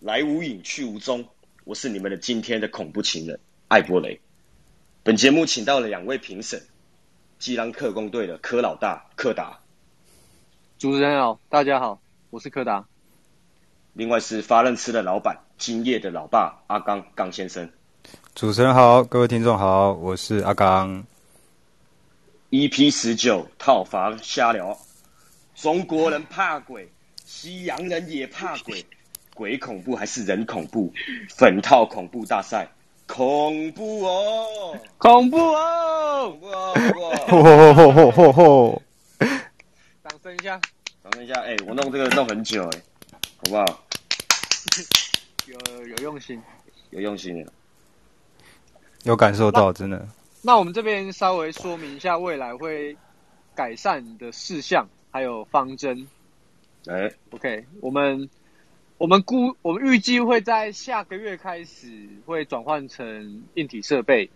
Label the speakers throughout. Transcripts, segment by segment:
Speaker 1: 来无影去无踪，我是你们的今天的恐怖情人艾伯雷。本节目请到了两位评审，基兰特工队的柯老大柯达，
Speaker 2: 主持人好，大家好，我是柯达。
Speaker 1: 另外是发愣吃的老板今夜的老爸阿刚刚先生。
Speaker 3: 主持人好，各位听众好，我是阿刚。
Speaker 1: EP ，E 十九套房瞎聊，中国人怕鬼，西洋人也怕鬼，鬼恐怖还是人恐怖？粉套恐怖大赛，恐怖哦，
Speaker 2: 恐怖哦！
Speaker 1: 恐怖哦！
Speaker 3: 吼 吼吼吼吼吼！
Speaker 2: 掌声一下。
Speaker 1: 掌声一下，哎、我弄这个弄很久、哎，好不好？
Speaker 2: 有有用心。
Speaker 1: 有用心的。
Speaker 3: 有感受到，真的。
Speaker 2: 那我们这边稍微说明一下未来会改善的事项，还有方针。
Speaker 1: 哎、
Speaker 2: OK，我们我们估我们预计会在下个月开始会转换成硬体设备，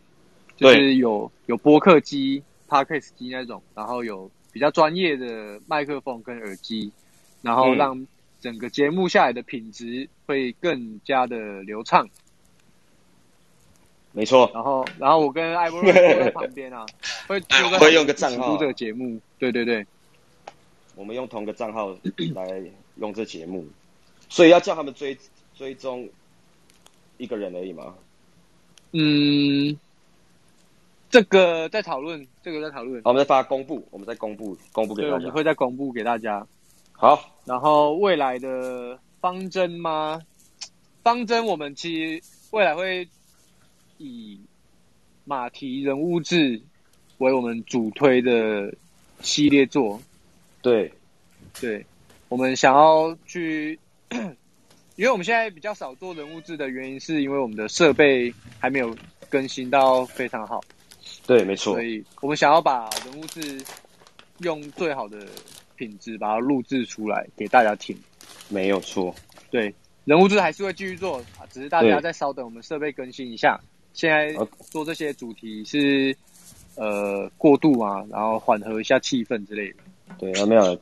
Speaker 2: 就
Speaker 1: 对
Speaker 2: 是有有播客机、podcast 机那种，然后有比较专业的麦克风跟耳机，然后
Speaker 1: 嗯
Speaker 2: 让整个节目下来的品质会更加的流畅。
Speaker 1: 没错，
Speaker 2: 然后，然后我跟艾波瑞坐在旁 边啊，会
Speaker 1: 哎
Speaker 2: 坐在
Speaker 1: 我会用个账号
Speaker 2: 一起录这个节目，对对对，
Speaker 1: 我们用同个账号 来用这节目，所以要叫他们追追踪一个人而已嘛。
Speaker 2: 嗯，这个在讨论，这个在讨论，
Speaker 1: 好，我们再发公布，我们再公布公布给
Speaker 2: 对，
Speaker 1: 大
Speaker 2: 我
Speaker 1: 家
Speaker 2: 们。会再公布给大家。
Speaker 1: 好，
Speaker 2: 然后未来的方针吗？方针我们其实未来会以马蹄人物志为我们主推的系列作，
Speaker 1: 对，
Speaker 2: 对，我们想要去， 因为我们现在比较少做人物志的原因，是因为我们的设备还没有更新到非常好，
Speaker 1: 对，没错
Speaker 2: 所，以我们想要把人物志用最好的品质把它录制出来给大家听。
Speaker 1: 没有错。
Speaker 2: 对，人物志还是会继续做，啊只是大家
Speaker 1: 对
Speaker 2: 再稍等我们设备更新一下。现在
Speaker 1: OK
Speaker 2: 做这些主题是呃过渡啊，然后缓和一下气氛之类的。
Speaker 1: 对，啊，没有，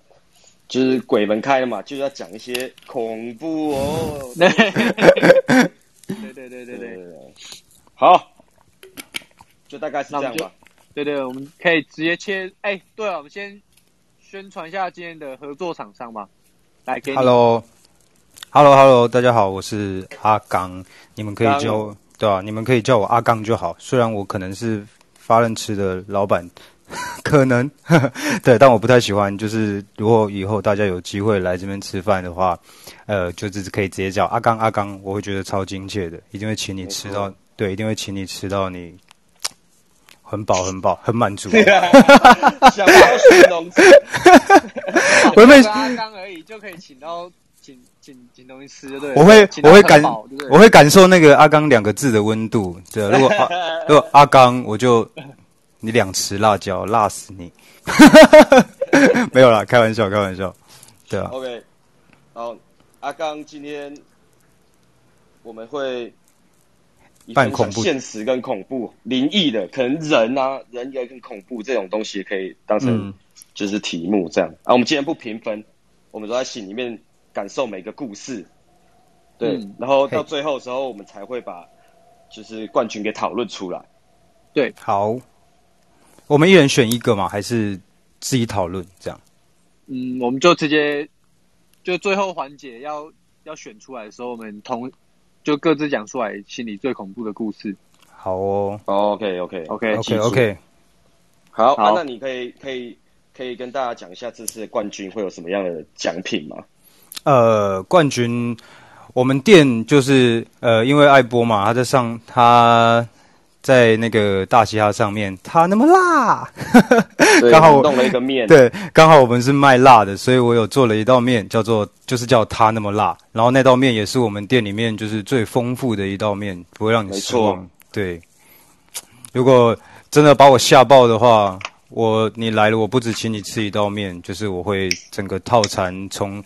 Speaker 1: 就是鬼门开了嘛，就是要讲一些恐怖哦。
Speaker 2: 对对对对对
Speaker 1: 对
Speaker 2: 对。
Speaker 1: 对，好，就大概是这样吧。
Speaker 2: 对对，我们可以直接切。哎，对了，我们先宣传一下今天的合作厂商吧。来，给你
Speaker 3: Hello，Hello，Hello，大家好，我是阿刚，你们可以叫我对啊，你们可以叫我阿刚就好。虽然我可能是发人吃的老板， 可能 对，但我不太喜欢。就是如果以后大家有机会来这边吃饭的话，呃，就只是可以直接叫阿刚阿刚，我会觉得超亲切的，一定会请你吃
Speaker 1: 没
Speaker 3: 到，对，一定会请你吃到你很饱很饱很满足。
Speaker 1: 想要形 容词，
Speaker 3: 我会
Speaker 2: 跟阿刚而已就可以请到请请请东西吃，对不对？
Speaker 3: 我会
Speaker 2: 请到
Speaker 3: 我会
Speaker 2: 城
Speaker 3: 感
Speaker 2: 堡对不对
Speaker 3: 我会感受那个阿刚两个字的温度。对，啊如果阿如果阿刚，我就你两匙辣椒辣死你。 没有啦，开玩笑，开玩笑。对啊，
Speaker 1: OK，好，阿刚，今天我们会以
Speaker 3: 办
Speaker 1: 分享
Speaker 3: 恐怖
Speaker 1: 现实跟恐怖、灵异的，可能人啊，人也很恐怖这种东西，可以当成
Speaker 3: 嗯
Speaker 1: 就是题目这样、啊。我们今天不评分，我们都在心里面感受每个故事，对，
Speaker 2: 嗯
Speaker 1: 然后到
Speaker 3: 嘿
Speaker 1: 最后的时候，我们才会把就是冠军给讨论出来。
Speaker 3: 好，我们一人选一个嘛，还是自己讨论这样？
Speaker 2: 嗯，我们就直接就最后环节要要选出来的时候，我们同就各自讲出来心里最恐怖的故事。
Speaker 3: 好哦
Speaker 1: OK OK
Speaker 2: OK，
Speaker 3: ，OK OK，
Speaker 1: 好，啊
Speaker 2: 好
Speaker 1: 那你可以可以可以跟大家讲一下这次的冠军会有什么样的奖品吗？
Speaker 3: 呃，冠军，我们店就是呃，因为艾波嘛，他在上他在那个大嘻哈上面，他那么辣。
Speaker 1: 对
Speaker 3: 刚好
Speaker 1: 我
Speaker 3: 我
Speaker 1: 们弄了一个面，
Speaker 3: 对，刚好我们是卖辣的，所以我有做了一道面，叫做就是叫它那么辣。然后那道面也是我们店里面就是最丰富的一道面，不会让你失
Speaker 1: 没
Speaker 3: 望。对，如果真的把我吓爆的话，我你来了，我不只请你吃一道面，就是我会整个套餐从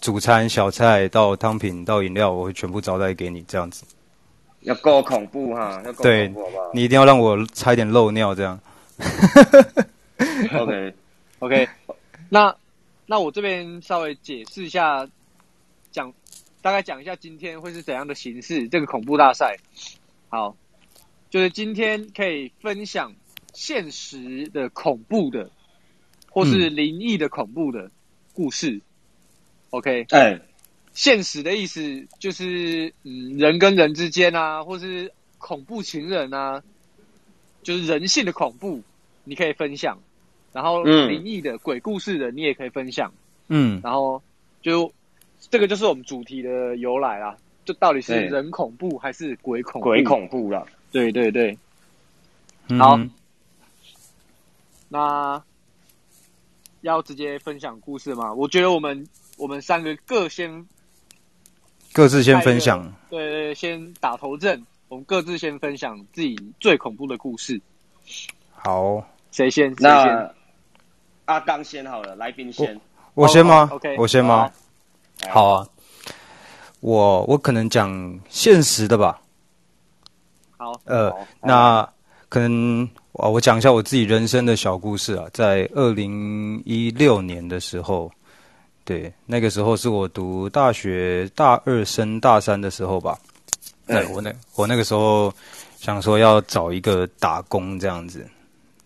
Speaker 3: 主餐、小菜到汤品到饮料，我会全部招待给你这样子。
Speaker 1: 要够恐怖哈，要够
Speaker 3: 对
Speaker 1: 恐怖好不好
Speaker 3: 你一定要让我差一点漏尿这样。
Speaker 1: ？OK，
Speaker 2: OK，那那我这边稍微解释一下，讲大概讲一下今天会是怎样的形式，这个恐怖大赛。好，就是今天可以分享现实的恐怖的，或是
Speaker 1: 嗯
Speaker 2: 灵异的恐怖的故事。OK，
Speaker 4: 哎、
Speaker 2: 现实的意思就是，嗯，人跟人之间啊，或是恐怖情人啊，就是人性的恐怖，你可以分享。然后
Speaker 4: 嗯
Speaker 2: 灵异的、鬼故事的，你也可以分享。
Speaker 3: 嗯
Speaker 2: 然后就这个就是我们主题的由来啦，就到底是
Speaker 4: 对
Speaker 2: 人恐怖还是鬼恐怖？
Speaker 4: 哎鬼，恐怖啦，
Speaker 2: 对对对。
Speaker 3: 嗯
Speaker 2: 好
Speaker 3: 哼
Speaker 2: 那要直接分享故事吗？我觉得我们我们三个各先
Speaker 3: 各自先
Speaker 2: 带一个
Speaker 3: 分享。
Speaker 2: 对对对先打头阵，我们各自先分享自己最恐怖的故事。
Speaker 3: 好，
Speaker 2: 谁先？谁先
Speaker 4: 那阿刚先好了，来宾先，
Speaker 3: 我先吗
Speaker 2: 哦？OK，
Speaker 3: 我先
Speaker 2: 好
Speaker 3: 吗
Speaker 2: 啊？
Speaker 4: 哎
Speaker 3: 好，啊，我我可能讲现实的吧。
Speaker 2: 好，
Speaker 3: 呃
Speaker 4: 好，
Speaker 3: 那可能啊，我讲一下我自己人生的小故事啊。在二零一六年的时候，对，那个时候是我读大学大二升大三的时候吧。对，哎我那我那个时候想说要找一个打工这样子，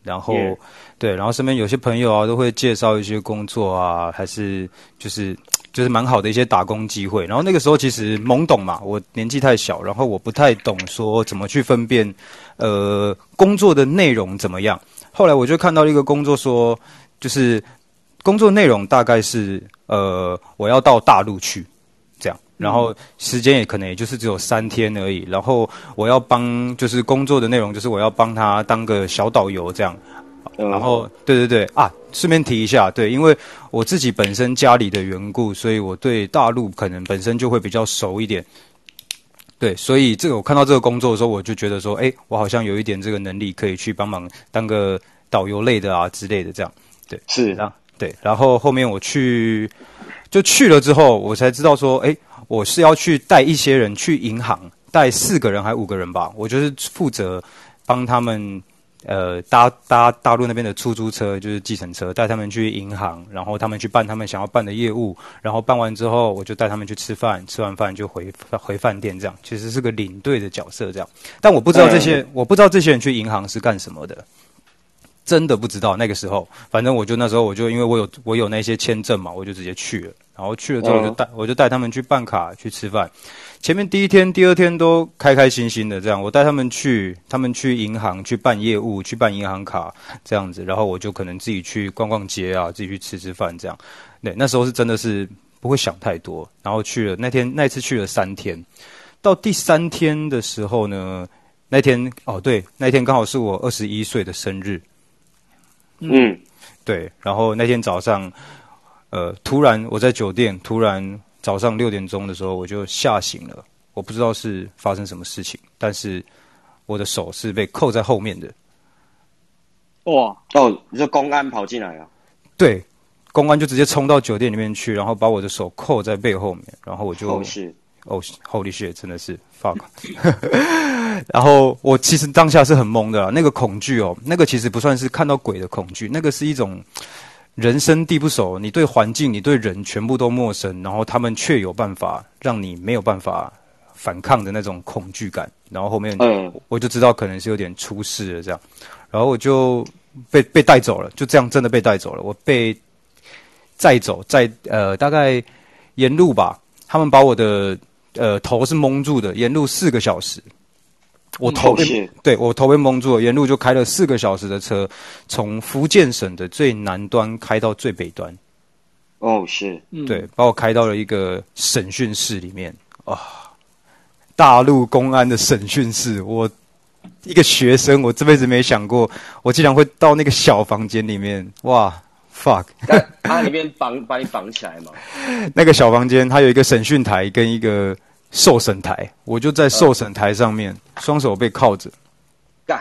Speaker 3: 然后
Speaker 4: Yeah
Speaker 3: 对，然后身边有些朋友啊都会介绍一些工作啊，还是就是就是蛮好的一些打工机会。然后那个时候其实懵懂嘛，我年纪太小，然后我不太懂说怎么去分辨呃工作的内容怎么样。后来我就看到一个工作说，就是工作内容大概是呃我要到大陆去这样，然后时间也可能也就是只有三天而已。然后我要帮就是工作的内容就是我要帮他当个小导游这样，
Speaker 4: 嗯
Speaker 3: 然后对对对啊，顺便提一下，对，因为我自己本身家里的缘故，所以我对大陆可能本身就会比较熟一点。对，所以这个我看到这个工作的时候，我就觉得说，哎，我好像有一点这个能力，可以去帮忙当个导游类的啊之类的这样。
Speaker 4: 是
Speaker 3: 然后对，然后后面我去就去了之后，我才知道说，哎，我是要去带一些人去银行，带四个人还五个人吧，我就是负责帮他们。呃，搭搭大陆那边的出租车就是计程车，带他们去银行，然后他们去办他们想要办的业务，然后办完之后，我就带他们去吃饭，吃完饭就回回饭店，这样其实是个领队的角色这样。但我不知道这些，我不知道这些人去银行是干什么的，真的不知道那个时候，反正我就那时候我就因为我有我有那些签证嘛，我就直接去了。然后去了之后，我就带、我就带他们去办卡去吃饭。前面第一天、第二天都开开心心的这样，我带他们去，他们去银行去办业务，去办银行卡这样子，然后我就可能自己去逛逛街啊，自己去吃吃饭这样。对，那时候是真的是不会想太多，然后去了那天那一次去了三天，到第三天的时候呢，那天哦对，那天刚好是我二十一岁的生日，
Speaker 4: 嗯
Speaker 3: 对，然后那天早上，呃，突然我在酒店，突然早上六点钟的时候我就吓醒了，我不知道是发生什么事情，但是我的手是被扣在后面的，
Speaker 2: 哇，
Speaker 4: 哦，你说公安跑进来啊 了，
Speaker 3: 对，公安就直接冲到酒店里面去，然后把我的手扣在背后面，然后我就
Speaker 4: 哦是，
Speaker 3: 哦、h o l y shit，真的是 fuck。然后我其实当下是很懵的啦，那个恐惧哦，那个其实不算是看到鬼的恐惧，那个是一种人生地不熟，你对环境、你对人全部都陌生，然后他们却有办法让你没有办法反抗的那种恐惧感。然后后面
Speaker 4: 嗯
Speaker 3: 我就知道可能是有点出事了这样，然后我就被被带走了，就这样真的被带走了，我被载走在呃大概沿路吧，他们把我的呃头是蒙住的，沿路四个小时，我头
Speaker 4: 哦
Speaker 3: 被、
Speaker 4: 是，
Speaker 3: 对我头被蒙住了，沿路就开了四个小时的车，从福建省的最南端开到最北端，
Speaker 4: 哦是，
Speaker 2: 嗯，
Speaker 3: 对，把我开到了一个审讯室里面啊，大陆公安的审讯室，我一个学生，我这辈子没想过，我竟然会到那个小房间里面，哇，fuck，
Speaker 4: 但他里面绑啊把你绑起来嘛，
Speaker 3: 那个小房间它有一个审讯台跟一个受审台，我就在受审台上面，双手被铐着。
Speaker 4: 干，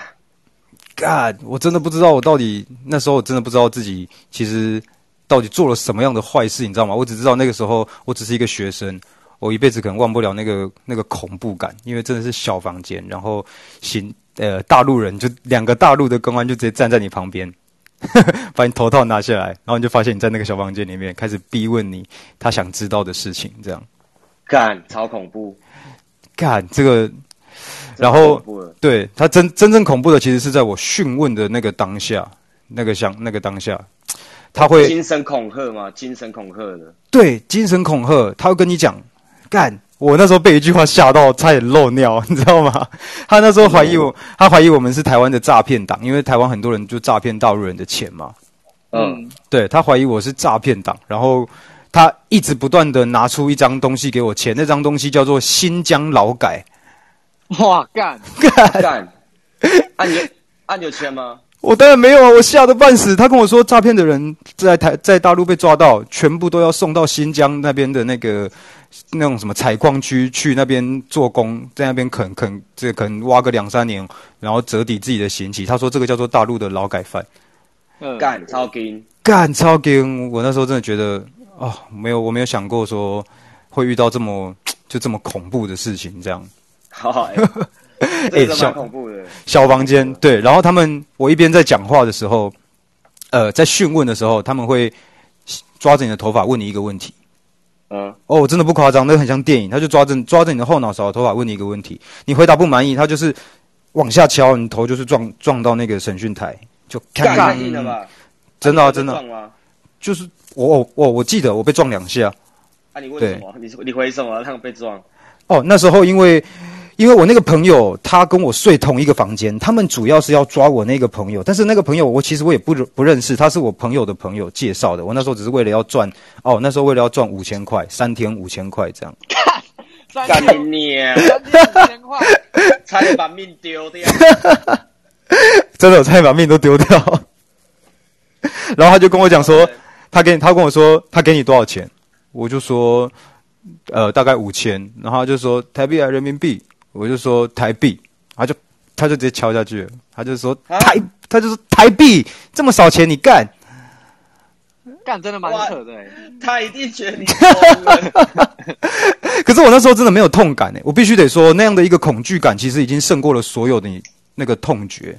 Speaker 3: God，我真的不知道我到底那时候我真的不知道自己其实到底做了什么样的坏事，你知道吗？我只知道那个时候我只是一个学生，我一辈子可能忘不了那个那个恐怖感，因为真的是小房间，然后行呃大陆人就两个大陆的公安就直接站在你旁边。把你头套拿下来，然后你就发现你在那个小房间里面开始逼问你他想知道的事情，这样
Speaker 4: 干，超恐怖，
Speaker 3: 看这个，
Speaker 4: 真的
Speaker 3: 然后
Speaker 4: 恐怖了
Speaker 3: 对他真真正恐怖的，其实是在我讯问的那个当下，那个想那个当下，他会
Speaker 4: 精神恐吓嘛，精神恐吓的，
Speaker 3: 对，精神恐吓，他会跟你讲，干。我那时候被一句话吓到，差点漏尿， 你知道吗？他那时候怀疑我，他怀疑我们是台湾的诈骗党，因为台湾很多人就诈骗大陆人的钱嘛。
Speaker 4: 嗯，
Speaker 3: 对他怀疑我是诈骗党，然后他一直不断的拿出一张东西给我钱，那张东西叫做新疆劳改，
Speaker 2: 哇干，
Speaker 4: 干，按钮按钮签吗？
Speaker 3: 我当然没有啊，我吓得半死。他跟我说，诈骗的人在台在大陆被抓到，全部都要送到新疆那边的那个那种什么采矿区去那边做工，在那边啃啃这啃挖个两三年，然后折抵自己的刑期。他说这个叫做大陆的劳改犯，
Speaker 2: 嗯，
Speaker 4: 干，超金，
Speaker 3: 干超惊！我那时候真的觉得啊、没有我没有想过说会遇到这么就这么恐怖的事情这样。
Speaker 4: 好， 哎这个
Speaker 3: 小
Speaker 4: 蛮恐怖的，
Speaker 3: 小房间，对。然后他们，我一边在讲话的时候，呃，在讯问的时候，他们会抓着你的头发问你一个问题。
Speaker 4: 嗯，
Speaker 3: 哦，我真的不夸张，那很像电影。他就抓着抓着你的后脑勺的头发问你一个问题，你回答不满意，他就是往下敲，你头就是撞撞到那个审讯台，就
Speaker 4: 干
Speaker 3: 咔
Speaker 4: 太硬了吧？
Speaker 3: 真的啊、
Speaker 4: 啊你
Speaker 3: 真的啊、
Speaker 4: 撞吗？
Speaker 3: 就是我我我我记得我被撞两下。
Speaker 4: 啊，你问
Speaker 3: 对
Speaker 4: 什么？你你回什么？让被撞？
Speaker 3: 哦，那时候因为因为我那个朋友他跟我睡同一个房间，他们主要是要抓我那个朋友，但是那个朋友我其实我也不认不认识，他是我朋友的朋友介绍的。我那时候只是为了要赚哦，那时候为了要赚五千块，三天五千块这样。
Speaker 2: 三
Speaker 4: 干
Speaker 2: 千
Speaker 4: 你娘！
Speaker 2: 三千五千块，
Speaker 4: 差点把命丢掉。
Speaker 3: 真的，我差点把命都丢掉。 然后他就跟我讲说，他给你，他跟我说他给你多少钱，我就说，呃，大概五千。然后他就说台币还是啊人民币，我就说台币，他就他就直接敲下去了，他就说
Speaker 4: 啊
Speaker 3: 台，他就说台币这么少钱你干？
Speaker 2: 干真的蛮扯的、欸，
Speaker 4: 他一定觉得 你疯了。
Speaker 3: 可是我那时候真的没有痛感哎、我必须得说那样的一个恐惧感，其实已经胜过了所有的你那个痛觉，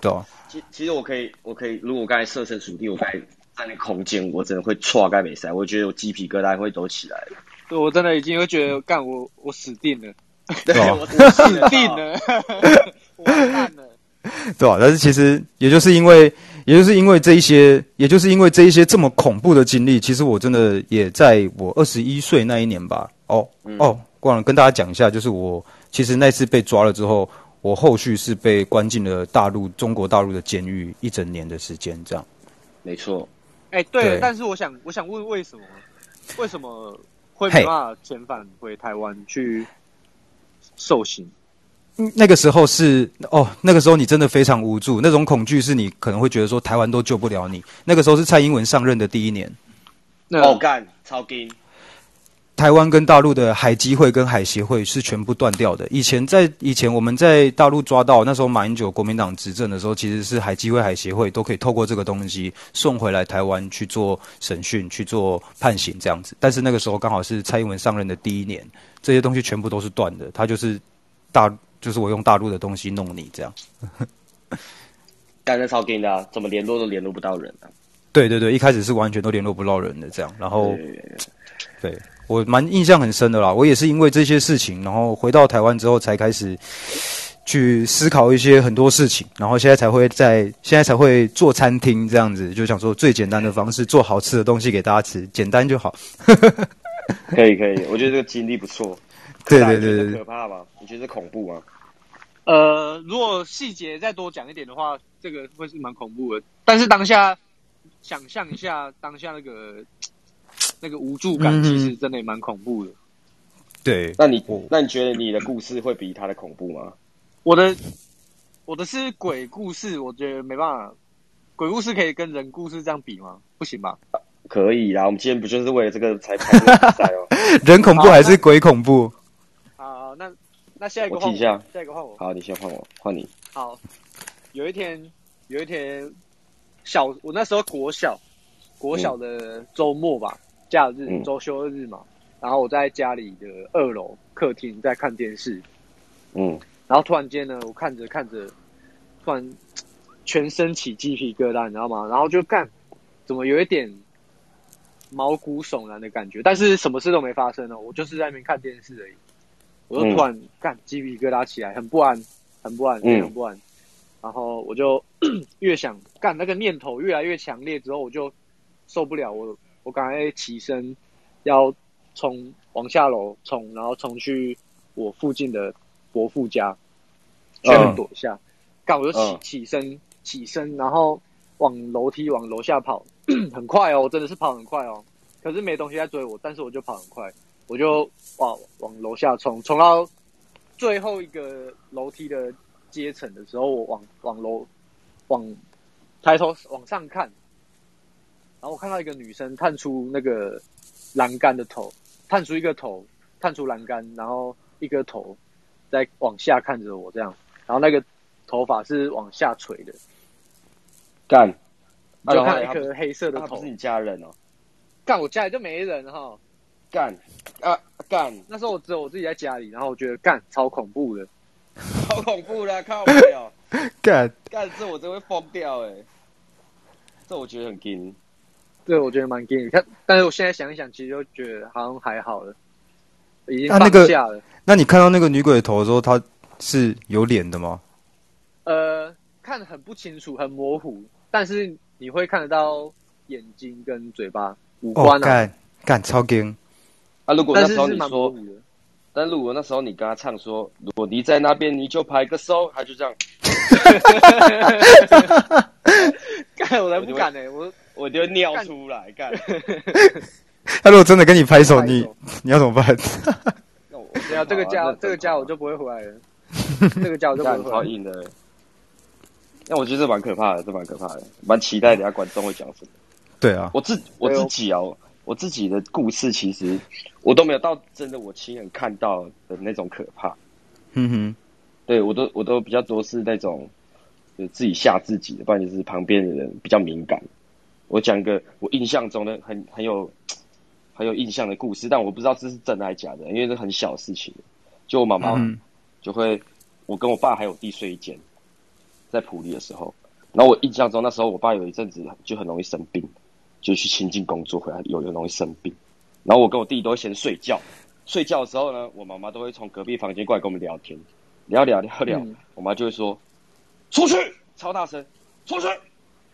Speaker 3: 对吧、
Speaker 4: 其其实我可以，我可以，如果我刚才设身处地，我刚才在那空间，我真的会错该没塞，我觉得我鸡皮疙瘩会都起来了。
Speaker 2: 对我真的已经会觉得干我我死定了，
Speaker 4: 对，
Speaker 3: 哦
Speaker 4: 我我死
Speaker 2: 定
Speaker 4: 了。
Speaker 2: 了，我烂了，
Speaker 3: 对吧、但是其实也就是因为，也就是因为这一些，也就是因为这一些这么恐怖的经历，其实我真的也在我二十一岁那一年吧。哦、
Speaker 4: 嗯
Speaker 3: 哦，忘了跟大家讲一下，就是我其实那次被抓了之后，我后续是被关进了大陆中国大陆的监狱一整年的时间，这样。
Speaker 4: 没错，
Speaker 2: 哎、对了
Speaker 3: 对
Speaker 2: 但是我想我想问为什么为什么会没
Speaker 3: 嘿
Speaker 2: 办法遣返回台湾去受刑？
Speaker 3: 那个时候是哦，那个时候你真的非常无助，那种恐惧是你可能会觉得说台湾都救不了你。那个时候是蔡英文上任的第一年，
Speaker 2: 那、
Speaker 4: 哦干，超金，
Speaker 3: 台湾跟大陆的海基会跟海协会是全部断掉的。以前在以前我们在大陆抓到那时候马英九国民党执政的时候，其实是海基会、海协会都可以透过这个东西送回来台湾去做审讯、去做判刑这样子。但是那个时候刚好是蔡英文上任的第一年，这些东西全部都是断的。他就是大，就是我用大陆的东西弄你这样。
Speaker 4: 干那超金的、啊，怎么联络都联络不到人啊？
Speaker 3: 对对对，一开始是完全都联络不到人的这样，然后
Speaker 4: 对对对
Speaker 3: 对我蛮印象很深的啦。我也是因为这些事情，然后回到台湾之后才开始去思考一些很多事情，然后现在才会在现在才会做餐厅这样子，就想说最简单的方式做好吃的东西给大家吃，简单就好。
Speaker 4: 可以可以，我觉得这个经历不错。可
Speaker 3: 对
Speaker 4: 是啊
Speaker 3: 对
Speaker 4: 你觉
Speaker 3: 对
Speaker 4: 得
Speaker 3: 对对
Speaker 4: 可，怕吗？你觉得恐怖啊吗？
Speaker 2: 呃，如果细节再多讲一点的话，这个会是蛮恐怖的。但是当下想象一下，当下那个那个无助感，
Speaker 3: 嗯
Speaker 2: 其实真的也蛮恐怖的。
Speaker 3: 对
Speaker 4: 那你
Speaker 3: 我
Speaker 4: 那你觉得你的故事会比他的恐怖吗？
Speaker 2: 我的我的是鬼故事，我觉得没办法，鬼故事可以跟人故事这样比吗？不行吧？
Speaker 4: 可以啦，我们今天不就是为了这个才才这个比赛 哦？
Speaker 3: 人恐怖
Speaker 2: 好
Speaker 3: 还是
Speaker 2: 那
Speaker 3: 鬼恐怖？
Speaker 2: 啊、那那下一个
Speaker 4: 我
Speaker 2: 换
Speaker 4: 记一下
Speaker 2: 下一个换我。
Speaker 4: 好，你先换我，换你。
Speaker 2: 好，有一天，有一天，小我那时候国小，国小的周末吧，假日
Speaker 4: 嗯
Speaker 2: 周休日嘛，然后我在家里的二楼客厅在看电视，
Speaker 4: 嗯，
Speaker 2: 然后突然间呢，我看着看着，突然全身起鸡皮疙瘩，你知道吗？然后就干，怎么有一点毛骨悚然的感觉，但是什么事都没发生哦，我就是在那边看电视而已，我就突然干鸡皮疙瘩起来，很不安，很不安，
Speaker 1: 嗯
Speaker 2: 很不安。然后我就 越想干那个念头越来越强烈，之后我就受不了，我我赶快起身要冲往下楼冲，然后冲去我附近的伯父家，去那边躲一下。干、我就起、
Speaker 1: 嗯
Speaker 2: 起身起身，然后往楼梯往楼下跑， 很快哦，真的是跑很快哦。可是没东西在追我，但是我就跑很快，我就哇往楼下冲，冲到最后一个楼梯的阶层的时候，我往往楼往抬头往上看，然后我看到一个女生探出那个栏杆的头，探出一个头，探出栏杆，然后一个头在往下看着我这样，然后那个头发是往下垂的，
Speaker 1: 干，
Speaker 2: 就看到
Speaker 1: 来
Speaker 2: 一
Speaker 1: 啊他不
Speaker 2: 颗黑色的
Speaker 1: 他不
Speaker 2: 头
Speaker 1: 是。你家人哦，
Speaker 2: 干，我家里就没人哈，
Speaker 1: 干啊干，
Speaker 2: 那时候我只有我自己在家里，然后我觉得干超恐怖的。
Speaker 1: 好哦恐怖啦，靠没有，
Speaker 3: 干，
Speaker 1: 干这我真会疯掉哎、这我觉得很惊，
Speaker 2: 对，我觉得蛮 gay 的。但但是我现在想一想，其实就觉得好像还好了，已经
Speaker 3: 啊
Speaker 2: 放
Speaker 3: 那个
Speaker 2: 下了。
Speaker 3: 那你看到那个女鬼头的时候，她是有脸的吗？
Speaker 2: 呃，看得很不清楚，很模糊，但是你会看得到眼睛跟嘴巴、五
Speaker 3: 哦，
Speaker 2: 官啊，
Speaker 3: 干干 超惊，
Speaker 1: 啊，如果
Speaker 2: 但
Speaker 1: 那
Speaker 2: 是
Speaker 1: 时候
Speaker 2: 是
Speaker 1: 你
Speaker 2: 蛮模
Speaker 1: 说
Speaker 2: 糊，的。
Speaker 1: 但如果那时候你跟他唱说，如果你在那边，你就拍个手，他就这样，
Speaker 2: 干，我才不敢呢、欸我
Speaker 1: 我就尿出来， 干，
Speaker 3: 她如果真的跟你拍手，
Speaker 2: 拍
Speaker 3: 你
Speaker 2: 手
Speaker 3: 你要怎么办？
Speaker 1: 啊那我
Speaker 2: 没啊有这个家，这个家我就不会回来了。这个家我就不会
Speaker 1: 干
Speaker 2: 回来
Speaker 1: 超
Speaker 2: 了。
Speaker 1: 硬的欸。那我觉得这蛮可怕的，这蛮可怕的，蛮期待等下观众会讲什么。
Speaker 3: 对啊，
Speaker 1: 我自我自己哦，我自己的故事其实我都没有到真的我亲眼看到的那种可怕，
Speaker 3: 哼嗯哼，
Speaker 1: 对我都我都比较多是那种就自己吓自己的，不然就是旁边的人比较敏感。我讲一个我印象中的很很有很有印象的故事，但我不知道这是真的还是假的，因为这很小的事情。就我妈妈
Speaker 3: 嗯
Speaker 1: 就会，我跟我爸还有我弟睡一间，在普里的时候，然后我印象中那时候我爸有一阵子就很容易生病，就去亲近工作回来有有容易生病，然后我跟我弟都会先睡觉，睡觉的时候呢，我妈妈都会从隔壁房间过来跟我们聊天，聊聊聊聊，
Speaker 2: 嗯
Speaker 1: 我妈就会说出去，超大声，出去。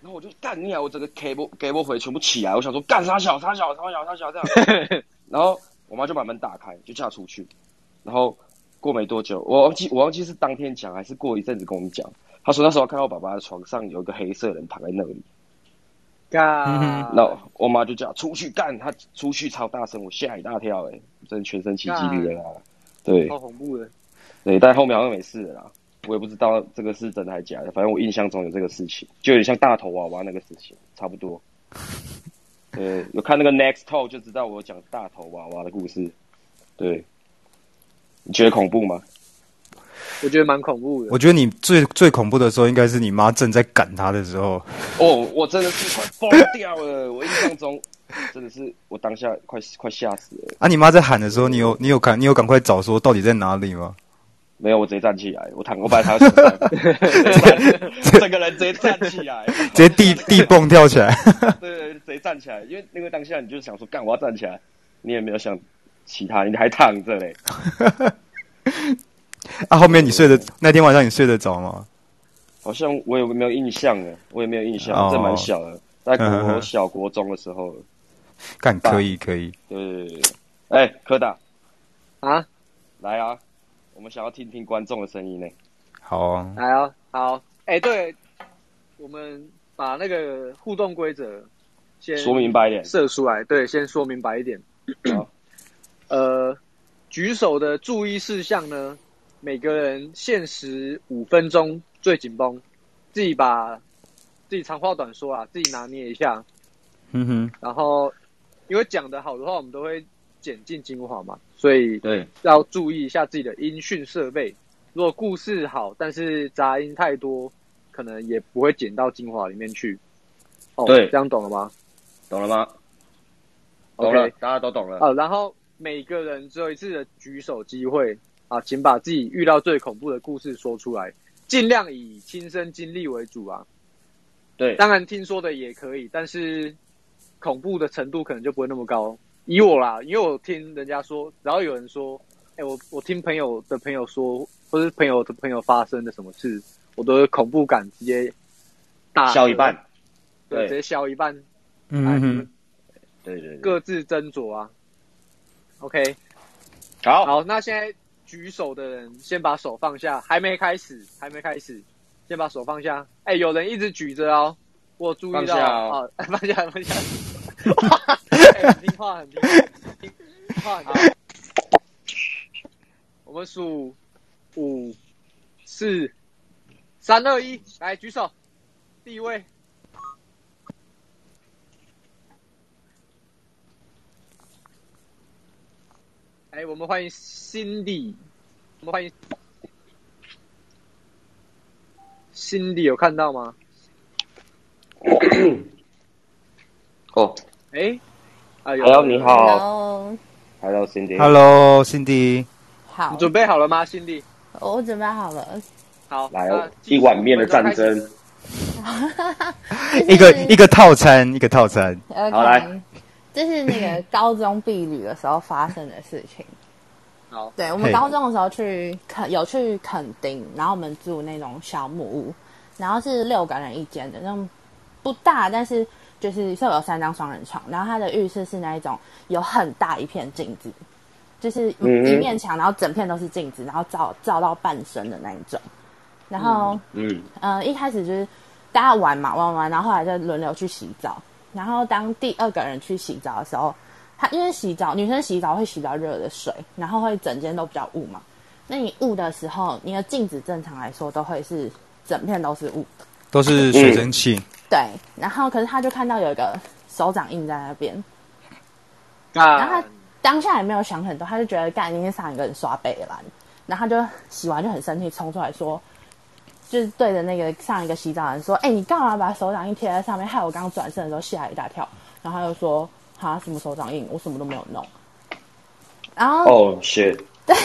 Speaker 1: 然后我就干你啊！我整个 K 波 K 波回全部起来，我想说干啥小啥小啥小啥小这样，然后我妈就把门打开，就叫她出去。然后过没多久，我忘记我忘记是当天讲还是过一阵子跟我们讲，她说那时候看到我爸爸的床上有一个黑色人躺在那里，
Speaker 2: 干，
Speaker 1: 那我妈就叫她出去干，她出去超大声，我吓一大跳哎、欸，真的全身起鸡皮疙瘩。对
Speaker 2: 超恐怖的。
Speaker 1: 对，但后面好像没事了啦，我也不知道这个是真的还是假的，反正我印象中有这个事情，就有点像大头娃娃那个事情，差不 多。对，有看那个 Next Talk 就知道我讲大头娃娃的故事。对，你觉得恐怖吗？
Speaker 2: 我觉得蛮恐怖的。
Speaker 3: 我觉得你最最恐怖的时候，应该是你妈正在赶她的时候。
Speaker 1: 哦，我真的是快疯掉了！我印象中真的是我当下快快吓死了。
Speaker 3: 啊，你妈在喊的时候，你有你有赶你有赶快找说到底在哪里吗？
Speaker 1: 没有，我直接站起来，我躺，我把他整个人直接站起来，
Speaker 3: 直接地地蹦跳起来。
Speaker 1: 对，直接站起来，因为那个当下你就想说，干，我要站起来，你也没有想其他，你还躺着 嘞。
Speaker 3: 啊，后面你睡得那天晚上你睡得着吗？
Speaker 1: 好像我也没有印象了，我也没有印象，
Speaker 3: 哦
Speaker 1: 这蛮小的，在
Speaker 3: 嗯嗯
Speaker 1: 国
Speaker 3: 嗯
Speaker 1: 小国中的时候。
Speaker 3: 干可以可以，
Speaker 1: 对对对对对，哎、柯达
Speaker 2: 啊，
Speaker 1: 来啊，我们想要听听观众的声音呢。
Speaker 3: 好啊，
Speaker 2: 来啊，好，哎、对，我们把那个互动规则先
Speaker 1: 说明白一点，
Speaker 2: 射出来，对，先说明白一点
Speaker 1: 好。
Speaker 2: 呃，举手的注意事项呢，每个人限时五分钟，最紧绷，自己把自己长话短说啊，自己拿捏一下。
Speaker 3: 嗯哼，
Speaker 2: 然后，因为讲的好的话，我们都会剪进精华嘛，所以
Speaker 1: 对，
Speaker 2: 要注意一下自己的音讯设备。如果故事好，但是杂音太多，可能也不会剪到精华里面去。哦，
Speaker 1: 对
Speaker 2: 这样懂了吗？
Speaker 1: 懂了吗？
Speaker 2: OK
Speaker 1: 懂了大家都懂了。
Speaker 2: 啊，然后每个人只有一次的举手机会啊，请把自己遇到最恐怖的故事说出来，尽量以亲身经历为主啊。
Speaker 1: 对，
Speaker 2: 当然听说的也可以，但是恐怖的程度可能就不会那么高。以我啦，因为我听人家说，只要有人说，哎、我我听朋友的朋友说，或是朋友的朋友发生的什么事，我的恐怖感直接大
Speaker 4: 笑一半，
Speaker 2: 对，
Speaker 4: 对
Speaker 2: 直接消一半，
Speaker 1: 哎
Speaker 3: 嗯哼，
Speaker 4: 对对对，
Speaker 2: 各自斟酌啊。OK，
Speaker 4: 好，
Speaker 2: 好，那现在举手的人先把手放下，还没开始，还没开始，先把手放下。哎、有人一直举着哦，我注意到
Speaker 4: 放下哦
Speaker 2: 哦， 啊放下，放下。哎很听话，很听话，很听话。好我们数五、四、三、二、一，来举手。第一位，哎，我们欢迎 Cindy，我们欢迎 Cindy，有看到吗？
Speaker 4: 哦
Speaker 2: 哎，啊，有
Speaker 4: Hello，你好
Speaker 5: 然后
Speaker 4: ，Hello Cindy，
Speaker 3: ，Hello Cindy，
Speaker 5: 好
Speaker 2: 你，准备好了吗，Cindy？
Speaker 5: 我准备好了。
Speaker 2: 好，
Speaker 4: 来
Speaker 2: 那
Speaker 5: 呃
Speaker 4: 哦，一碗面的战。
Speaker 2: 进入我们
Speaker 4: 争，
Speaker 3: 一个一个套餐，一个套餐，
Speaker 5: OK，
Speaker 4: 好来
Speaker 5: 这是那个高中避旅的时候发生的事情。
Speaker 2: 好，
Speaker 5: 对我们
Speaker 3: 嘿
Speaker 5: 高中的时候去垦有去垦丁，然后我们住那种小木屋，然后是六个人一间的那种不大，但是就是是有三张双人床，然后它的浴室是那一种有很大一片镜子，就是一
Speaker 4: 嗯
Speaker 5: 面墙，然后整片都是镜子，然后照照到半身的那一种，然后。
Speaker 4: 嗯，
Speaker 5: 嗯，一开始就是大家玩嘛，玩玩，然后后来再轮流去洗澡。然后当第二个人去洗澡的时候，他因为洗澡，女生洗澡会洗到热的水，然后会整间都比较雾嘛。那你雾的时候，你的镜子正常来说都会是整片都是雾，
Speaker 3: 都是
Speaker 1: 嗯
Speaker 3: 水蒸气，
Speaker 5: 对。然后可是他就看到有一个手掌印在那边，然后
Speaker 2: 啊
Speaker 5: 他，当下也没有想很多，他就觉得干，今天上一个人刷北蓝，然后他就洗完就很生气，冲出来说，就是对着那个上一个洗澡的人说，哎、你干嘛把手掌印贴在啊上面？害我刚转身的时候吓一大跳。然后他就说，哈，什么手掌印？我什么都没有弄。然后
Speaker 4: 哦 shit，
Speaker 5: 对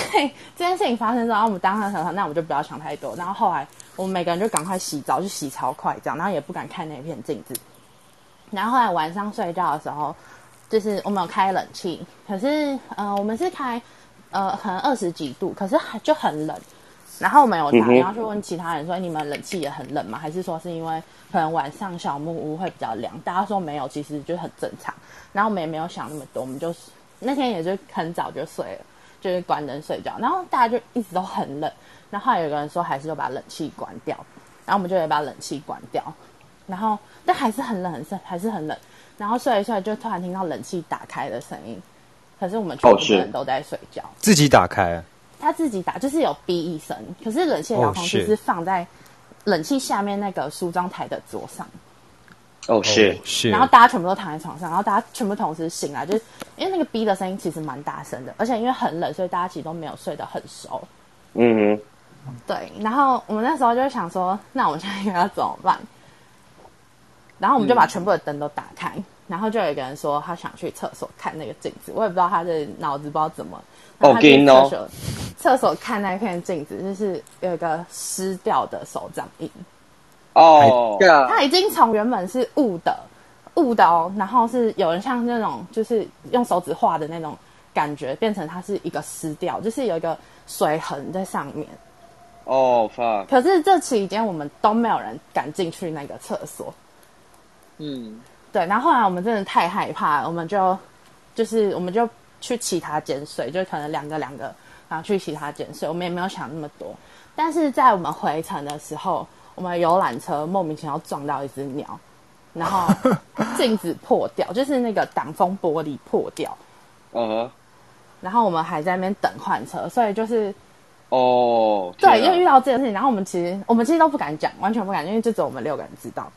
Speaker 5: 这件事情发生之后，然后我们当时想说，那我们就不要想太多。然后后来我们每个人就赶快洗澡，就洗超快这样，然后也不敢看那片镜子。然后后来晚上睡觉的时候，就是我们有开冷气，可是呃，我们是开呃可能二十几度，可是还就很冷。然后我们有打电话去问其他人说，你们冷气也很冷吗？还是说是因为可能晚上小木屋会比较凉？大家说没有，其实就很正常。然后我们也没有想那么多，我们就那天也就很早就睡了。就是关灯睡觉，然后大家就一直都很冷，然后后来有个人说还是就把冷气关掉，然后我们就也把冷气关掉，然后但还是很冷，很冷，还是很冷，然后睡一睡就突然听到冷气打开的声音，可是我们全
Speaker 4: 哦
Speaker 5: 部
Speaker 4: 是
Speaker 5: 人都在睡觉，
Speaker 3: 自己打开啊，
Speaker 5: 他自己打就是有哔一声，可是冷气的遥控器
Speaker 3: 哦是
Speaker 5: 是放在冷气下面那个梳妆台的桌上，
Speaker 4: 哦
Speaker 3: Oh,
Speaker 4: shit，
Speaker 3: 是，
Speaker 5: 然后大家全部都躺在床上，然后大家全部同时醒来，就是因为那个哔的声音其实蛮大声的，而且因为很冷，所以大家其实都没有睡得很熟。
Speaker 4: 嗯哼，
Speaker 5: 对，然后我们那时候就会想说，那我们现在应该要怎么办？然后我们就把全部的灯都打开，然后就有一个人说他想去厕所看那个镜子，我也不知道他的脑子不知道怎么，然后他就去
Speaker 4: 哦惊
Speaker 5: 厕所、厕所看那片镜子，就是有一个湿掉的手掌印，
Speaker 1: 哎
Speaker 4: 哦，
Speaker 2: 啊
Speaker 5: 它已经从原本是雾的雾的哦，然后是有人像那种就是用手指画的那种感觉，变成它是一个湿掉，就是有一个水痕在上面。
Speaker 4: 哦 fuck，
Speaker 5: 可是这期间我们都没有人敢进去那个厕所，
Speaker 2: 嗯，
Speaker 5: 对。然后后来我们真的太害怕了，我们就就是我们就去其他间睡，就可能两个两个，然后去其他间睡，我们也没有想那么多。但是在我们回程的时候，我们游览车莫名其妙撞到一只鸟，然后镜子破掉，就是那个挡风玻璃破掉，
Speaker 4: 嗯哼，
Speaker 5: 然后我们还在那边等换车，所以就是
Speaker 4: 哦，
Speaker 5: 对，
Speaker 4: 天
Speaker 5: 因
Speaker 4: 啊
Speaker 5: 为遇到这件事情，然后我们其实我们其实都不敢讲，完全不敢，因为就只有我们六个人知道，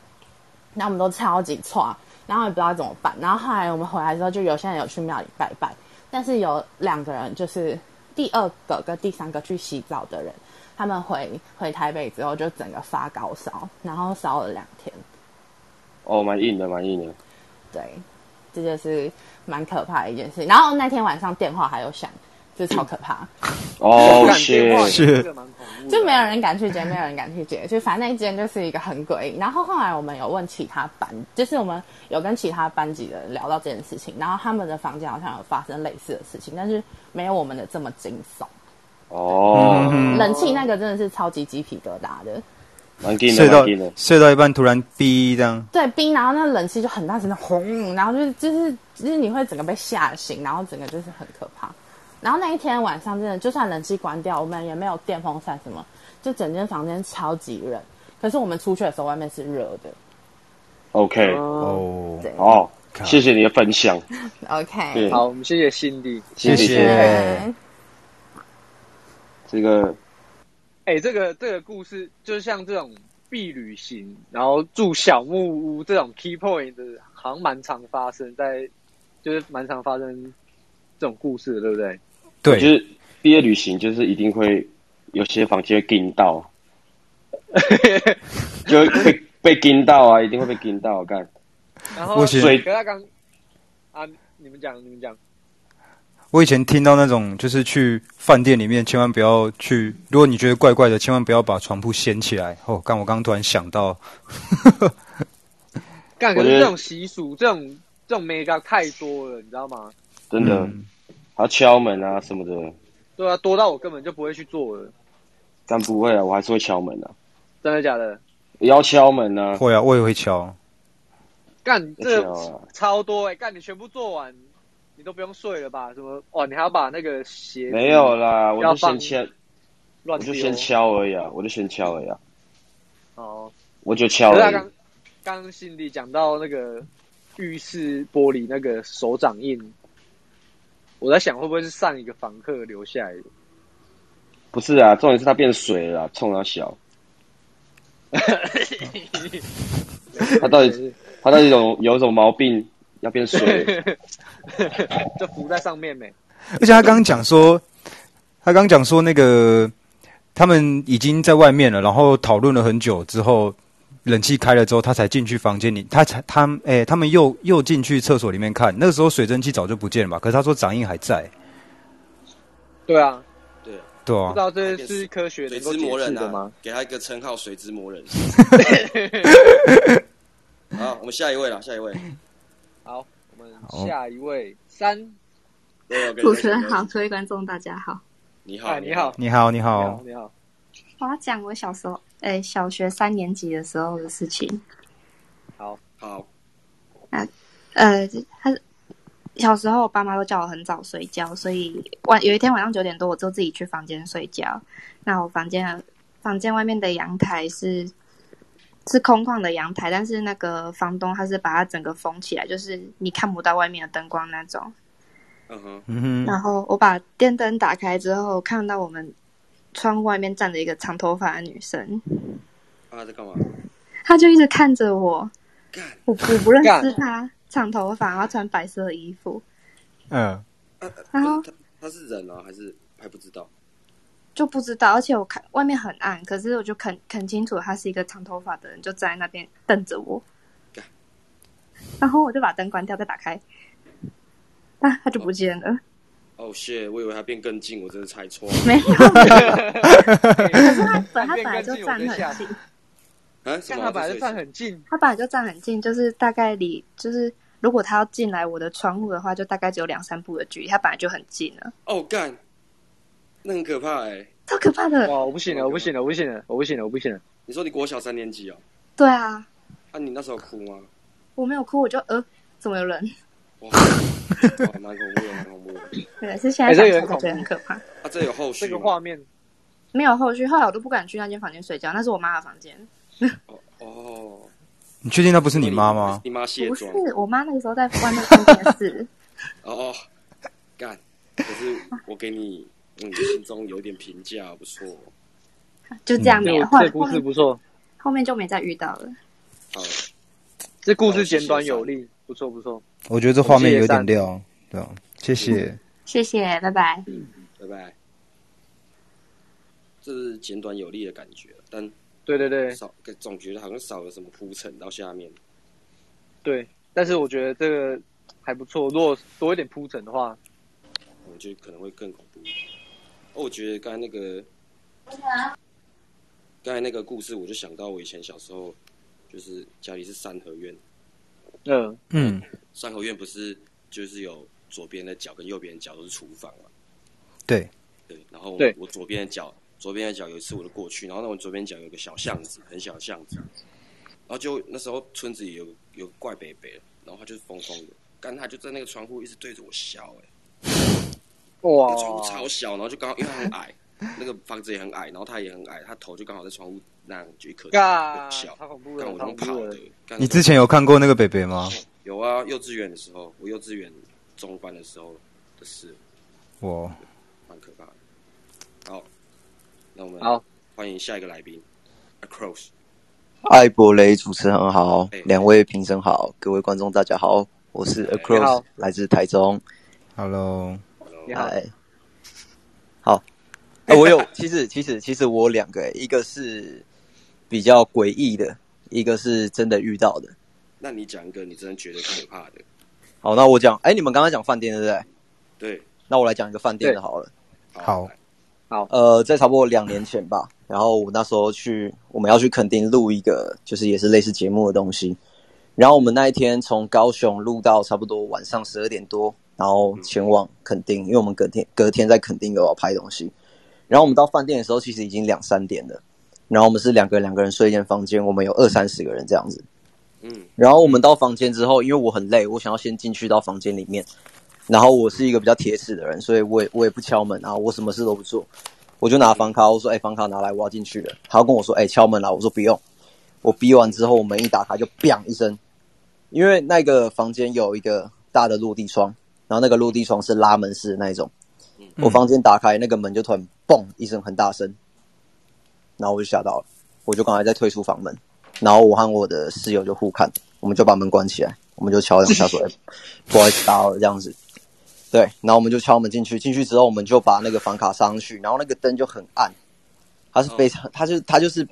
Speaker 5: 然后我们都超级差，然后也不知道怎么办。然后后来我们回来之后，就有些人有去庙里拜拜，但是有两个人就是第二个跟第三个去洗澡的人，他们回回台北之后就整个发高烧，然后烧了两天。
Speaker 4: 哦，蛮硬的，蛮硬的。
Speaker 5: 对，这就是蛮可怕的一件事。情。然后那天晚上电话还有响，这超可怕。
Speaker 4: 哦
Speaker 2: 干电话
Speaker 4: shit，
Speaker 2: 这个蛮恐怖
Speaker 5: 就没有人敢去接，没有人敢去接，就反正那一间就是一个很诡异。然后后来我们有问其他班，就是我们有跟其他班级的人聊到这件事情，然后他们的房间好像有发生类似的事情，但是没有我们的这么惊悚。
Speaker 4: 哦，
Speaker 3: 嗯
Speaker 5: 冷气那个真的是超级鸡皮疙瘩的，
Speaker 4: 蛮劲
Speaker 3: 睡
Speaker 4: 的，
Speaker 3: 到
Speaker 4: 蛮劲的。
Speaker 3: 睡到一半突然哔这样，
Speaker 5: 对冰，然后那冷气就很大声的轰，然后就是就是就是你会整个被吓醒，然后整个就是很可怕。然后那一天晚上真的，就算冷气关掉，我们也没有电风扇什么，就整间房间超级热。可是我们出去的时候，外面是热的。
Speaker 4: OK，
Speaker 2: 哦，
Speaker 3: 哦，
Speaker 5: 对
Speaker 4: 哦，谢谢你的分享，
Speaker 5: ，OK，
Speaker 4: 对
Speaker 2: 好，我们谢谢辛迪。
Speaker 4: 嗯谢
Speaker 3: 谢谢
Speaker 5: 对
Speaker 4: 这个
Speaker 2: 哎、这个这个故事就像这种避旅行，然后住小木屋这种 key point 的，好像蛮常发生在，就是蛮常发生这种故事的，对不对？
Speaker 4: 就
Speaker 3: 对，
Speaker 4: 是毕业旅行，就是一定会有些房间会盯 到，就会被被盯到啊，一定会被盯到。干，
Speaker 2: 然后
Speaker 3: 我是
Speaker 2: 可是他刚啊，你们讲，你们讲，
Speaker 3: 我以前听到那种就是去饭店里面千万不要去，如果你觉得怪怪的，千万不要把床铺掀起来。哦，刚我刚刚突然想到，
Speaker 2: 干可
Speaker 4: 我
Speaker 2: 是
Speaker 4: 觉得
Speaker 2: 这种习俗，这种这种 mega 太多了，你知道吗？
Speaker 4: 真的，
Speaker 3: 嗯
Speaker 4: 还要敲门啊什么的，
Speaker 2: 对啊，多到我根本就不会去做了，
Speaker 4: 但不会啊，我还是会敲门啊，
Speaker 2: 真的假的？
Speaker 4: 也要敲门啊。
Speaker 3: 会啊，我也会敲。
Speaker 2: 干这
Speaker 4: 而且啊
Speaker 2: 超多哎、干你全部做完，你都不用睡了吧？什么哇，你还要把那个鞋子
Speaker 4: 没有啦，我
Speaker 2: 要
Speaker 4: 就
Speaker 2: 放
Speaker 4: 先敲，
Speaker 2: 乱
Speaker 4: 我
Speaker 2: 丢
Speaker 4: 就先敲而已啊，我就先敲而已啊，
Speaker 2: 哦。
Speaker 4: 我就敲
Speaker 2: 可是
Speaker 4: 而
Speaker 2: 他
Speaker 4: 已。
Speaker 2: 刚刚心里讲到那个浴室玻璃那个手掌印，我在想会不会是上一个房客留下 来的？
Speaker 4: 不是啊，重点是它变水了啊，冲它小，它到底它到底有有一种毛病，要变水。
Speaker 2: 就浮在上面没？
Speaker 3: 而且他刚刚讲说，他刚讲说那个他们已经在外面了，然后讨论了很久之后，冷气开了之后，他才进去房间里，他才他哎、他们又又进去厕所里面看，那个时候水蒸气早就不见了嘛，可是他说掌印还在，
Speaker 2: 对啊，
Speaker 3: 对
Speaker 2: 不
Speaker 3: 啊
Speaker 2: 知，道这是科学
Speaker 1: 水
Speaker 2: 能够
Speaker 1: 之魔
Speaker 2: 解释
Speaker 1: 人
Speaker 2: 的
Speaker 1: 啊
Speaker 2: 吗？，
Speaker 1: 给他一个称号“水 之魔人”。好，我们下一位了，下一位。
Speaker 2: 好，我们
Speaker 1: 哦
Speaker 2: 下一位三，
Speaker 1: 对，OK，
Speaker 6: 主持人好，
Speaker 1: 没事，
Speaker 6: 各位观众大家好。
Speaker 1: 你好
Speaker 2: 哎，，你好，，
Speaker 3: 你好你
Speaker 2: 你
Speaker 3: 好
Speaker 2: 好，，你好，
Speaker 6: 我要讲我小时候，哎、小学三年级的时候的事情。
Speaker 1: 好，
Speaker 6: 呃，他小时候我爸妈都叫我很早睡觉，所以晚有一天晚上九点多，我就自己去房间睡觉。那我房间的房间外面的阳台是是空旷的阳台，但是那个房东他是把它整个封起来，就是你看不到外面的灯光那种。
Speaker 1: 嗯哼，
Speaker 3: 嗯哼，
Speaker 6: 然后我把电灯打开之后，看到我们窗户外面站着一个长头发的女生，
Speaker 1: 啊，在干嘛？
Speaker 6: 她就一直看着我，我我不认识
Speaker 2: 干
Speaker 6: 她，长头发，然后穿白色的衣服，
Speaker 3: 嗯，
Speaker 1: 啊
Speaker 6: 然后
Speaker 1: 他他是人啊，还是还不知道？
Speaker 6: 就不知道，而且我看外面很暗，可是我就看看清楚她是一个长头发的人，就站在那边瞪着我
Speaker 1: 干，
Speaker 6: 然后我就把灯关掉，再打开，啊，她就不见了，
Speaker 1: 哦，谢，我以为他变更近，我真的猜错了。
Speaker 6: 没 有，可是她本她本来就站
Speaker 2: 变更近我在吓
Speaker 6: 很近。
Speaker 1: 啊，什
Speaker 2: 看
Speaker 1: 么？
Speaker 2: 他本来
Speaker 1: 我
Speaker 2: 就
Speaker 1: 在
Speaker 2: 站
Speaker 1: 睡
Speaker 2: 很近，
Speaker 6: 他本来就站很近，就是大概离，就是如果他要进来我的窗户的话，就大概只有两三步的距离，他本来就很近了，
Speaker 1: 哦，干，那很可怕哎。
Speaker 6: 超可怕的。
Speaker 2: 哇，我不行了，我不行了，我不行了，我不行了，我不行了，
Speaker 1: 你说你国小三年级哦？
Speaker 6: 对啊，
Speaker 1: 啊，你那时候哭 吗？
Speaker 6: 我没有哭，我就呃，怎么有人？
Speaker 1: 哇，哇哦蛮恐怖的，蛮恐怖的。
Speaker 6: 对，是现
Speaker 2: 哎
Speaker 6: 在
Speaker 2: 这个很
Speaker 6: 想起来才
Speaker 2: 恐
Speaker 6: 觉得
Speaker 2: 怖
Speaker 6: 很可怕。
Speaker 1: 啊，这有后续
Speaker 2: 这
Speaker 1: 吗
Speaker 2: 个画面
Speaker 6: 没有后续，后来我都不敢去那间房间睡觉，那是我妈的房间，
Speaker 1: 哦哦，
Speaker 3: 你确定那不是你妈吗？
Speaker 1: 你妈卸
Speaker 6: 不是
Speaker 1: 妆？
Speaker 6: 我妈那个时候在外面看电视。
Speaker 1: 哦哦，干！可是我给你，嗯，心中有点评价，不错。
Speaker 6: 就这样
Speaker 2: 这
Speaker 6: 没了，后
Speaker 2: 嗯这
Speaker 6: 来
Speaker 2: 故
Speaker 6: 后
Speaker 2: 事
Speaker 6: 面
Speaker 2: 不错，
Speaker 6: 后面就没再遇到了。
Speaker 1: 好，
Speaker 2: 这故
Speaker 1: 哦
Speaker 2: 事简短有力，不错不错。
Speaker 3: 我觉得这画面有点料，对吧？谢谢。
Speaker 6: 谢谢，拜拜。
Speaker 1: 拜拜。这是简短有力的感觉，但
Speaker 2: 对对对
Speaker 1: 少总觉得好像少了什么铺陈到下面。
Speaker 2: 对，但是我觉得这个还不错，如果多一点铺陈的话，
Speaker 1: 我觉得可能会更恐怖。哦，我觉得刚才那个刚才那个故事，我就想到我以前小时候，就是家里是三合院，
Speaker 2: 嗯
Speaker 3: 嗯，
Speaker 1: 三合院不是就是有左边的角跟右边的角都是厨房嘛？
Speaker 3: 对，
Speaker 1: 对，然后
Speaker 2: 对
Speaker 1: 我左边的脚，左边的脚有一次我就过去，然后那我左边脚有个小巷子，很小的巷子，然后就那时候村子里有有个怪北北，然后他就是疯疯的，干他就在那个窗户一直对着我笑、欸，那
Speaker 2: 哇
Speaker 1: 个窗户超小，然后就刚好因为他很矮，那个房子也很矮，然后他也很矮，他头就刚好在窗户那样就一颗
Speaker 2: 干
Speaker 1: 小，
Speaker 2: 超恐怖的
Speaker 1: 干我能
Speaker 2: 超恐
Speaker 1: 跑
Speaker 2: 怖的
Speaker 1: 的，干
Speaker 3: 你之前有看过那个北北吗？
Speaker 1: 有啊？幼稚园的时候，我幼稚园中班的时候的事，
Speaker 3: 我
Speaker 1: 蛮可怕的。好，那我们
Speaker 2: 好
Speaker 1: 欢迎下一个来宾，Across。
Speaker 7: 艾伯雷主持人好
Speaker 1: 哎，
Speaker 7: 两位评审好，各位观众大家好，我是
Speaker 2: 你好
Speaker 7: Across，来自台中。
Speaker 3: Hello，
Speaker 2: 你好，
Speaker 7: 哎，好，哎，我有，其实其实其实我有两个，一个是比较诡异的，一个是真的遇到的。
Speaker 1: 那你讲一个你真的觉得可怕的，
Speaker 7: 好，那我讲，哎，你们刚刚讲饭店对不对？
Speaker 1: 对，
Speaker 7: 那我来讲一个饭店
Speaker 2: 对
Speaker 7: 的好了。
Speaker 3: 好，
Speaker 7: 呃，在差不多两年前吧，然后我那时候去，我们要去垦丁录一个，就是也是类似节目的东西。然后我们那一天从高雄录到差不多晚上十二点多，然
Speaker 3: 嗯
Speaker 7: 后前往垦丁，因为我们隔天隔天在垦丁有要拍东西。然后我们到饭店的时候，其实已经两三点了。然后我们是两个人两个人睡一间房间，我们有二三十个人这样子。
Speaker 1: 嗯，
Speaker 7: 然后我们到房间之后，因为我很累，我想要先进去到房间里面。然后我是一个比较铁齿的人，所以我也我也不敲门啊，我什么事都不做，我就拿房卡，我说：“哎、房卡拿来，我要进去了。”他跟我说：“哎、敲门啦！”我说：“不用。”我逼完之后，我门一打开就“砰”一声，因为那个房间有一个大的落地窗，然后那个落地窗是拉门式的那一种。
Speaker 3: 嗯
Speaker 7: 我房间打开，那个门就突然“嘣”一声，很大声，然后我就吓到了，我就赶快再退出房门，然后我和我的室友就互看，我们就把门关起来，我们就敲两下说：“哎、不好意思，打扰了。”这样子。对，然后我们就敲门进去，进去之后我们就把那个房卡上去，然后那个灯就很暗，它是非常，它就它就是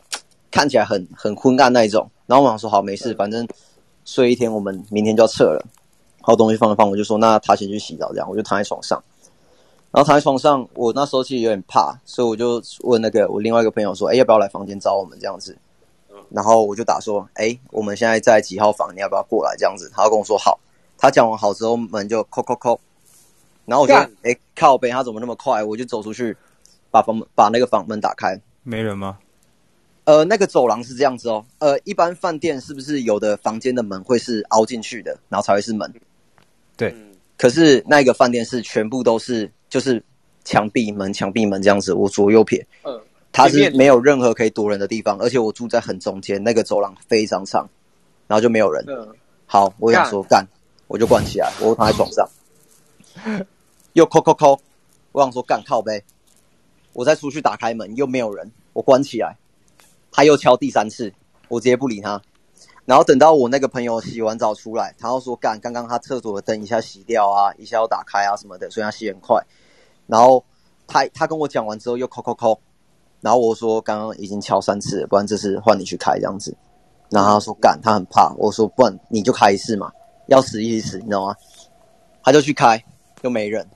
Speaker 7: 看起来很很昏暗那一种。然后我想说好没事，反正睡一天，我们明天就要撤了。然后东西放一放，我就说那他先去洗澡，这样我就躺在床上。然后躺在床上，我那时候其实有点怕，所以我就问那个我另外一个朋友说，哎，要不要来房间找我们这样子？然后我就打说，哎，我们现在在几号房，你要不要过来这样子？他跟我说好。他讲完好之后，门就扣扣扣，然后我就
Speaker 2: 干
Speaker 7: 哎靠背，他怎么那么快？我就走出去，把房门把那个房门打开。
Speaker 3: 没人吗？
Speaker 7: 呃，那个走廊是这样子哦。呃，一般饭店是不是有的房间的门会是凹进去的，然后才会是门？
Speaker 3: 对
Speaker 1: 嗯
Speaker 7: 可是那个饭店是全部都是就是墙壁门、墙壁门这样子，我左右撇，
Speaker 2: 嗯，
Speaker 7: 它
Speaker 2: 平
Speaker 7: 是
Speaker 2: 面的
Speaker 7: 没有任何可以躲人的地方，而且我住在很中间，那个走廊非常长，然后就没有人。
Speaker 2: 嗯，
Speaker 7: 好，我想说干，我就关起来，我躺在床上，又扣扣扣，我想说干靠呗，我再出去打开门又没有人，我关起来，他又敲第三次，我直接不理他，然后等到我那个朋友洗完澡出来，他又说干，刚刚他厕所的灯一下熄掉啊，一下又打开啊什么的，所以他洗很快，然后他他跟我讲完之后又扣扣扣，然后我说刚刚已经敲三次了，不然这次换你去开这样子。然后他说干，他很怕。我说不然你就开一次嘛，要死一起死，你知道吗？他就去开，又没人。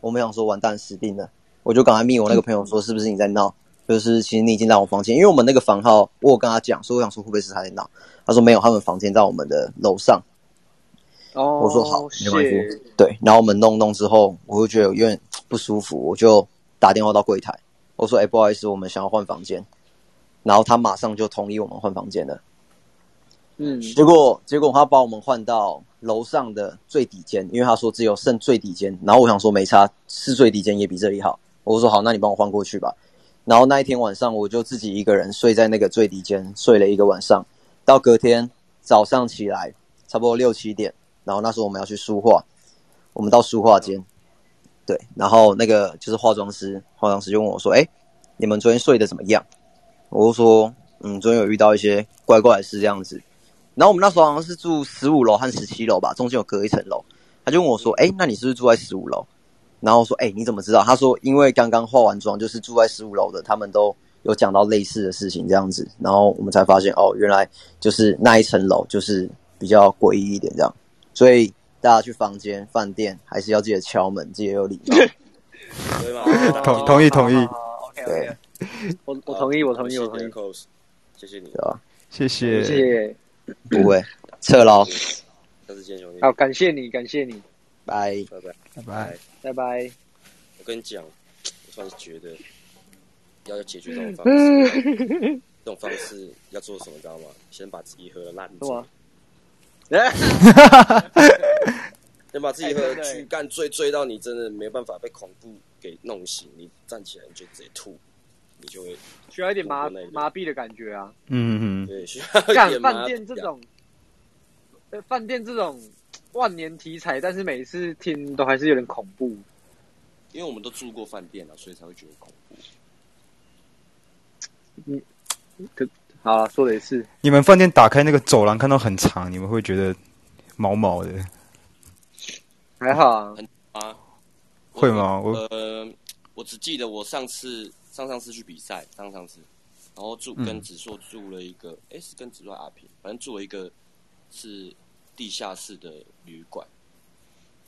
Speaker 7: 我们想说完蛋死定了，我就赶快密我那个朋友说是不是你在闹？就是其实你已经让我房间，因为我们那个房号我有跟他讲，所以我想说会不会是他在闹？他说没有，他们房间在我们的楼上。
Speaker 2: 哦，
Speaker 7: 我说好，没关系
Speaker 2: shit。
Speaker 7: 对，然后我们弄弄之后，我就觉得有点不舒服，我就打电话到柜台，我说：“哎、不好意思，我们想要换房间。”然后他马上就同意我们换房间了。
Speaker 2: 嗯，
Speaker 7: 结果结果他把我们换到楼上的最底间，因为他说只有剩最底间。然后我想说没差，是最底间也比这里好。我说好，那你帮我换过去吧。然后那一天晚上我就自己一个人睡在那个最底间，睡了一个晚上。到隔天早上起来，差不多六七点，然后那时候我们要去书画，我们到书画间，对，然后那个就是化妆师，化妆师就问我说：“哎，你们昨天睡得怎么样？”我就说：“嗯，昨天有遇到一些怪怪的事这样子。”然后我们那时候好像是住十五楼和十七楼吧，中间有隔一层楼。他就问我说：“哎、那你是不是住在十五楼？”然后我说：“哎、你怎么知道？”他说：“因为刚刚化完妆，就是住在十五楼的，他们都有讲到类似的事情这样子。”然后我们才发现，哦，原来就是那一层楼就是比较诡异一点这样。所以大家去房间、饭店还是要记得敲门，记得有礼貌。
Speaker 1: 对嘛？
Speaker 3: 同同意同意
Speaker 2: 好好好好，OK，OK
Speaker 7: 对，
Speaker 2: 我我同意，我同意，我同意，
Speaker 1: Close，谢谢你，
Speaker 7: 对吧？
Speaker 3: 谢
Speaker 2: 谢
Speaker 3: 谢，
Speaker 2: 谢，
Speaker 7: 不会，哦撤喽，
Speaker 1: 下次见，兄弟，
Speaker 2: 好，感谢你，感谢你，
Speaker 7: 拜。
Speaker 1: 拜拜。
Speaker 3: 拜拜。
Speaker 2: 拜拜。
Speaker 1: 我跟你讲，我突然觉得要解决这种方式，
Speaker 2: 嗯
Speaker 1: 这种方式要做什么，你知道吗？先把自己喝烂
Speaker 2: 是吗
Speaker 1: 醉，？ 先把自己
Speaker 2: 哎
Speaker 1: 喝
Speaker 2: 对对
Speaker 1: 去干醉，醉到你真的没办法被恐怖给弄醒，你站起来你就直接吐，你就会
Speaker 2: 需要一点麻
Speaker 1: 我那个
Speaker 2: 麻痹的感觉啊。
Speaker 3: 嗯嗯
Speaker 1: 对需要一
Speaker 2: 干
Speaker 1: 点
Speaker 2: 饭
Speaker 1: 麻
Speaker 2: 店这
Speaker 1: 呀
Speaker 2: 种，呃，饭店这种万年题材，但是每次听都还是有点恐怖。
Speaker 1: 因为我们都住过饭店了，啊所以才会觉得恐怖。
Speaker 2: 好啦，说的也是，
Speaker 3: 你们饭店打开那个走廊看到很长，你们会觉得毛毛的，
Speaker 2: 还好啊。
Speaker 3: 会吗？我
Speaker 1: 呃，我只记得我上次上上次去比赛，上上次，然后住
Speaker 3: 嗯
Speaker 1: 跟子硕住了一个，诶，是跟子硕还是阿平，反正住了一个是地下室的旅馆，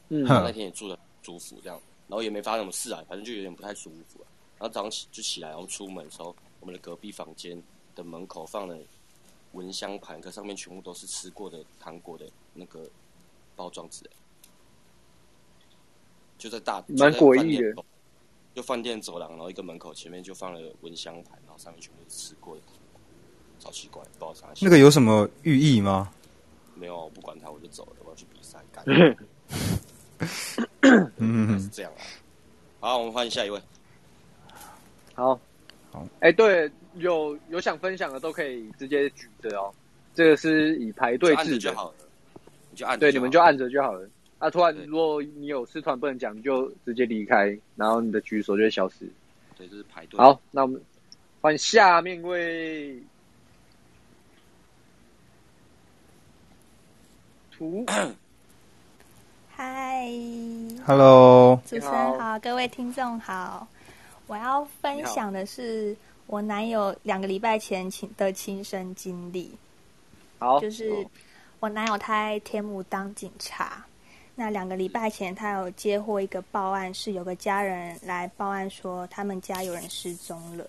Speaker 2: 嗯，
Speaker 1: 然后
Speaker 3: 哼
Speaker 1: 那天也住的舒服，这样，然后也没发生什么事啊，反正就有点不太舒服、啊。然后早上起就起来，然后出门的时候，我们的隔壁房间的门口放了蚊香盘，可上面全部都是吃过的糖果的那个包装纸，欸就在大
Speaker 2: 蛮诡异的，
Speaker 1: 就在饭店走就饭店走廊，然后一个门口前面就放了蚊香盘，然后上面全部都是吃过的糖果，超奇怪，不知道啥。
Speaker 3: 那个有什么寓意吗？
Speaker 1: 没有，我不管它，我就走了，我要去比赛， 干。
Speaker 3: 嗯
Speaker 1: 是
Speaker 3: 嗯
Speaker 1: 这样啊。好，我们换下一位。
Speaker 2: 好，
Speaker 3: 好，
Speaker 2: 哎、对，有有想分享的都可以直接举着哦。这个是以排队
Speaker 1: 就按
Speaker 2: 制
Speaker 1: 着
Speaker 2: 的
Speaker 1: 就，好了，你就按着好了。
Speaker 2: 对，你们就按着就好了。啊，突然
Speaker 1: 对
Speaker 2: 如果你有事突然不能讲，你就直接离开，然后你的举手就会消失。
Speaker 1: 对，就是排队。，
Speaker 2: 好，那我们换下面一位图，
Speaker 8: 嗨，
Speaker 3: ，Hello，
Speaker 8: 主持人好，各位听众好。我要分享的是我男友两个礼拜前亲的亲身经历，
Speaker 2: 好，哦
Speaker 8: 就是我男友他在天母当警察，那两个礼拜前他有接获一个报案，是有个家人来报案说他们家有人失踪了。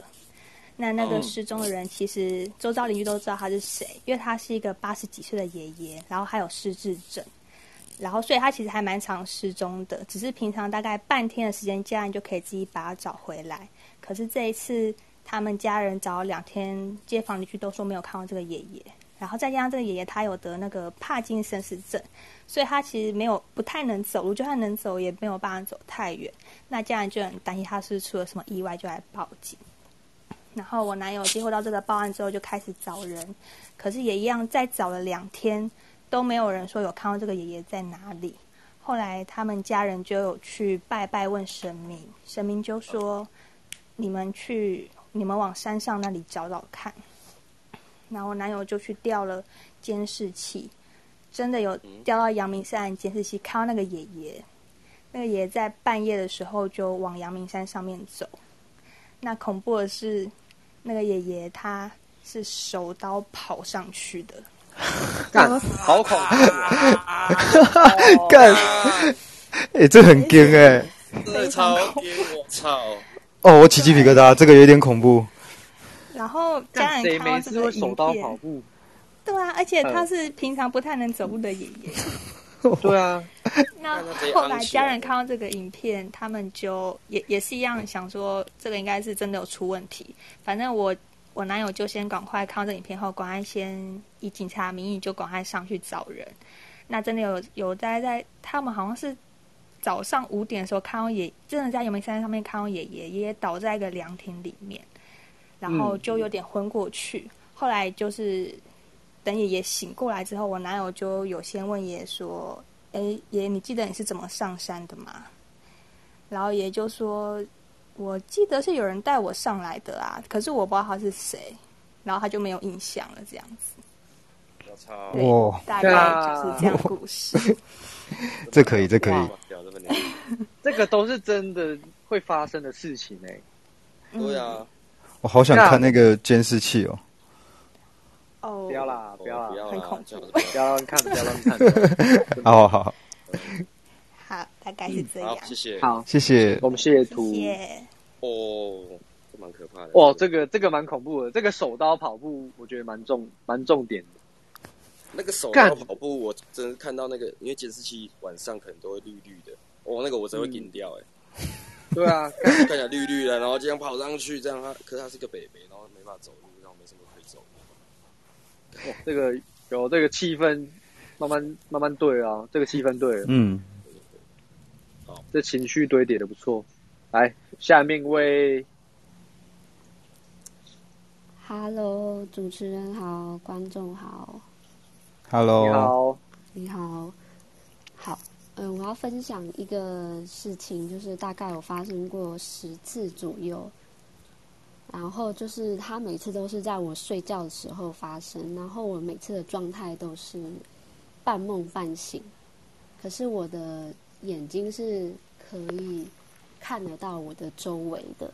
Speaker 8: 那那个失踪的人，其实周遭邻居都知道他是谁，因为他是一个八十几岁的爷爷，然后还有失智症，然后所以他其实还蛮常失踪的，只是平常大概半天的时间，家人就可以自己把他找回来。可是这一次，他们家人找了两天，街坊邻居都说没有看到这个爷爷，然后再加上这个爷爷他有得那个帕金森氏症，所以他其实没有不太能走路，就算能走也没有办法走太远。那家人就很担心他是不是出了什么意外，就来报警。然后我男友接获到这个报案之后，就开始找人，可是也一样，再找了两天都没有人说有看到这个爷爷在哪里。后来他们家人就有去拜拜问神明，神明就说：“你们去，你们往山上那里找找看。”然后我男友就去调了监视器，真的有
Speaker 1: 嗯
Speaker 8: 调到阳明山的监视器，看到那个爷爷，那个爷爷在半夜的时候就往阳明山上面走。那恐怖的是，那个爷爷他是手刀跑上去 的，
Speaker 2: 干，好恐怖啊！
Speaker 3: 干，哎、这很惊哎、
Speaker 1: 这超给我操！
Speaker 3: 哦，我起鸡皮疙瘩，这个有点恐怖。
Speaker 8: 然后家人
Speaker 2: 干谁
Speaker 8: 看到
Speaker 2: 没
Speaker 8: 这
Speaker 2: 事
Speaker 8: 个
Speaker 2: 会手
Speaker 8: 影
Speaker 2: 刀跑
Speaker 8: 片，
Speaker 2: 步？
Speaker 8: 对啊，而且他
Speaker 2: 嗯
Speaker 8: 是平常不太能走路的爷爷。
Speaker 2: 对啊，
Speaker 8: 那
Speaker 1: 那这样
Speaker 8: 后来
Speaker 1: 起来
Speaker 8: 家人看到这个影片，他们就也也是一样想说，这个应该是真的有出问题。反正我我男友就先赶快看到这影片后，赶快先以警察名义就赶快上去找人。那真的有有待在他们好像是早上五点的时候看到爷，真的在阳明山上面看到爷爷，爷爷倒在一个凉亭里面，然后就有点昏过去。后来就是等爷爷醒过来之后，我男友就有先问爷爷说：“哎，爷爷，你记得你是怎么上山的吗？”然后爷爷就说：“我记得是有人带我上来的啊，可是我不知道他是谁。”然后他就没有印象了，这样子，
Speaker 1: 我操！
Speaker 8: 对
Speaker 3: 哇，
Speaker 8: 大概就是这样故事。
Speaker 3: 这可以，这可以。
Speaker 1: 哇屌这么牛
Speaker 2: 这个都是真的会发生的事情哎、
Speaker 1: 对啊，
Speaker 3: 我好想看那个监视器哦。
Speaker 8: 哦
Speaker 2: 不，要啦，
Speaker 1: 哦
Speaker 2: 不要啦，
Speaker 1: 不
Speaker 2: 不
Speaker 1: 要
Speaker 8: 很
Speaker 1: 啦
Speaker 8: 恐怖
Speaker 1: 最好是不要
Speaker 2: 要乱看，不要乱看。不要乱 看
Speaker 3: 好好好，
Speaker 8: 好，大概是这样
Speaker 1: 好，。谢谢。嗯
Speaker 2: 好，
Speaker 3: 谢谢。
Speaker 2: 我们谢谢
Speaker 8: 谢
Speaker 2: 图。
Speaker 8: 谢。
Speaker 1: 哦，这蛮蛮可怕的。
Speaker 2: 哇，这个这个蛮恐怖的，这个手刀跑步我觉得蛮重蛮重点的。
Speaker 1: 那个手
Speaker 2: 干
Speaker 1: 刀跑步，我真的看到那个，因为监视器晚上可能都会绿绿的，哦，那个我真
Speaker 2: 嗯
Speaker 1: 会顶掉哎、
Speaker 2: 对啊，
Speaker 1: 欸，看起来绿绿的，然后这样跑上去，这样他，可是他是个北北，然后没办法走路，然后没什么可以走路。
Speaker 2: 哇这个有这个气氛，慢慢慢慢对啊，这个气氛对了，
Speaker 3: 嗯，
Speaker 2: 这情绪堆叠的不错。来，下面为
Speaker 9: Hello，主持人好，观众好，
Speaker 2: 你
Speaker 3: Hello，
Speaker 2: 好，
Speaker 9: 你好，好，嗯、我要分享一个事情，就是大概有发生过十次左右，然后就是它每次都是在我睡觉的时候发生，然后我每次的状态都是半梦半醒，可是我的眼睛是可以看得到我的周围的，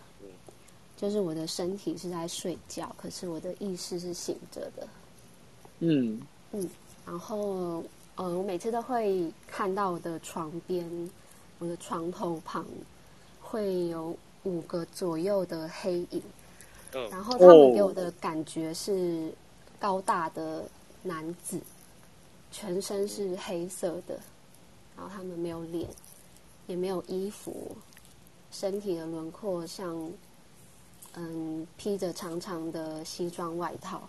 Speaker 9: 就是我的身体是在睡觉，可是我的意识是醒着的。
Speaker 2: 嗯，
Speaker 9: 然后，呃，我每次都会看到我的床边，我的床头旁会有五个左右的黑影，
Speaker 1: 嗯
Speaker 9: 然后他们
Speaker 2: 哦
Speaker 9: 给我的感觉是高大的男子，全身是黑色的，然后他们没有脸，也没有衣服，身体的轮廓像，嗯，披着长长的西装外套，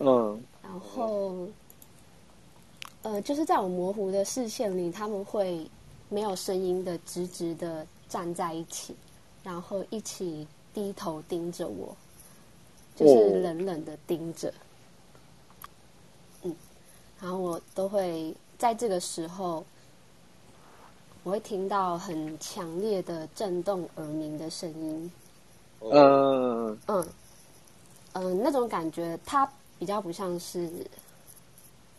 Speaker 2: 嗯，
Speaker 9: 然后，呃，就是在我模糊的视线里，他们会没有声音的直直的站在一起，然后一起低头盯着我，就是
Speaker 2: 哦
Speaker 9: 冷冷的盯着。嗯，然后我都会在这个时候，我会听到很强烈的震动耳鸣的声音。
Speaker 1: 哦，
Speaker 2: 呃，
Speaker 9: 嗯，嗯、那种感觉它比较不像是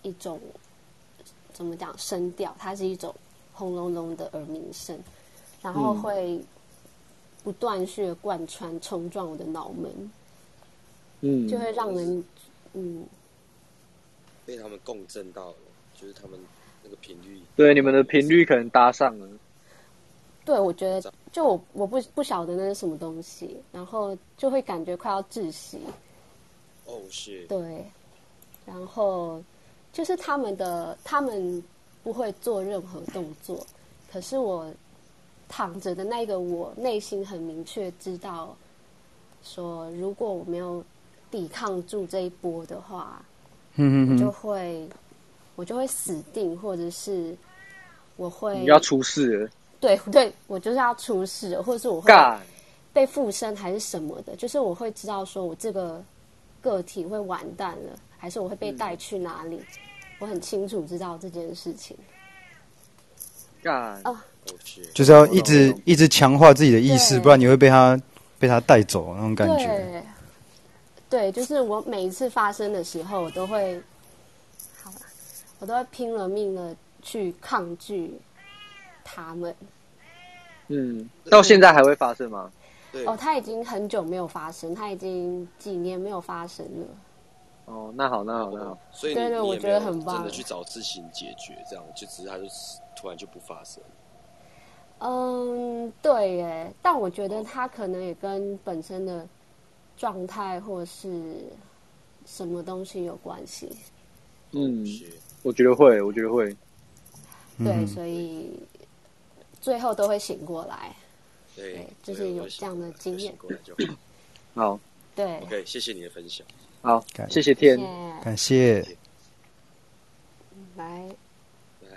Speaker 9: 一种怎么讲声调，它是一种轰隆隆的耳鸣声，然后
Speaker 2: 嗯
Speaker 9: 会不断续地贯穿冲撞我的脑门，
Speaker 2: 嗯，
Speaker 9: 就会让人嗯
Speaker 1: 被他们共振到了，就是他们那个频率。
Speaker 2: 对你们的频率可能搭上了，
Speaker 9: 对，我觉得就我我不不晓得那是什么东西，然后就会感觉快要窒息，
Speaker 1: 哦，是，
Speaker 9: 对，然后就是他们的，他们不会做任何动作，可是我躺着的那个我，内心很明确知道，说如果我没有抵抗住这一波的话，
Speaker 3: 嗯
Speaker 9: 我
Speaker 3: 嗯
Speaker 9: 就
Speaker 3: 嗯，
Speaker 9: 会我就会死定，或者是我会
Speaker 2: 你要出事了，
Speaker 9: 对对，我就是要出事了，或者是我会
Speaker 2: 尬，
Speaker 9: 被附身还是什么的，就是我会知道说我这个个体会完蛋了，还是我会被带去哪里，我很清楚知道这件事情。
Speaker 2: 尬，
Speaker 1: 哦，是，
Speaker 3: 就是要一直一直强化自己的意识，
Speaker 9: 对
Speaker 3: 不然你会被他被他带走那种感觉。
Speaker 9: 对，对，就是我每一次发生的时候，我都会，好了，我都会拼了命的去抗拒他们。
Speaker 2: 嗯，到现在还会发生吗？
Speaker 1: 对，
Speaker 9: 哦，他已经很久没有发生，他已经几年没有发生了。
Speaker 2: 哦，那好，那好，那
Speaker 1: 哦
Speaker 2: 好，
Speaker 1: 所以你
Speaker 9: 对对
Speaker 1: 你
Speaker 9: 我
Speaker 1: 也
Speaker 9: 觉
Speaker 1: 没有
Speaker 9: 得很棒
Speaker 1: 真的去找事情解决，这样就只是它就突然就不发生。
Speaker 9: 嗯，对耶，但我觉得他可能也跟本身的状态或是什么东西有关系，
Speaker 2: 嗯，
Speaker 1: 是，
Speaker 2: 我觉得会，我觉得会，
Speaker 9: 对，
Speaker 3: 嗯，
Speaker 9: 所以最后都会醒过来。
Speaker 1: 对
Speaker 9: 对，就是有这样的经验
Speaker 1: 醒过来就好。
Speaker 2: 好，
Speaker 9: 对，
Speaker 1: OK，谢谢你的分享。
Speaker 2: 好
Speaker 3: 感，
Speaker 2: 谢谢
Speaker 9: 谢
Speaker 2: 天
Speaker 9: 谢，，
Speaker 3: 感谢。
Speaker 9: 来，
Speaker 1: 来，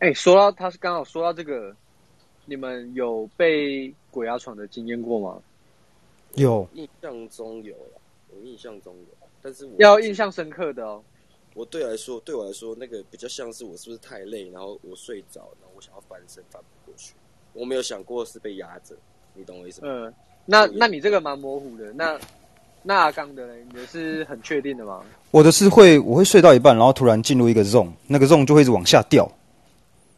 Speaker 2: 哎、说到他是刚好说到这个，你们有被鬼压床的经验过吗？
Speaker 3: 有
Speaker 1: 印象中有啦，我印象中有，但是我
Speaker 2: 要印象深刻的哦。
Speaker 1: 我对来说，对我来说，那个比较像是我是不是太累，然后我睡着，然后我想要翻身翻不过去，我没有想过是被压着，你懂我意思吗？
Speaker 2: 嗯，那那你这个蛮模糊的。那那阿刚的嘞，你是很确定的吗？
Speaker 3: 我的是会，我会睡到一半，然后突然进入一个 zone，那个 zone 就会一直往下掉，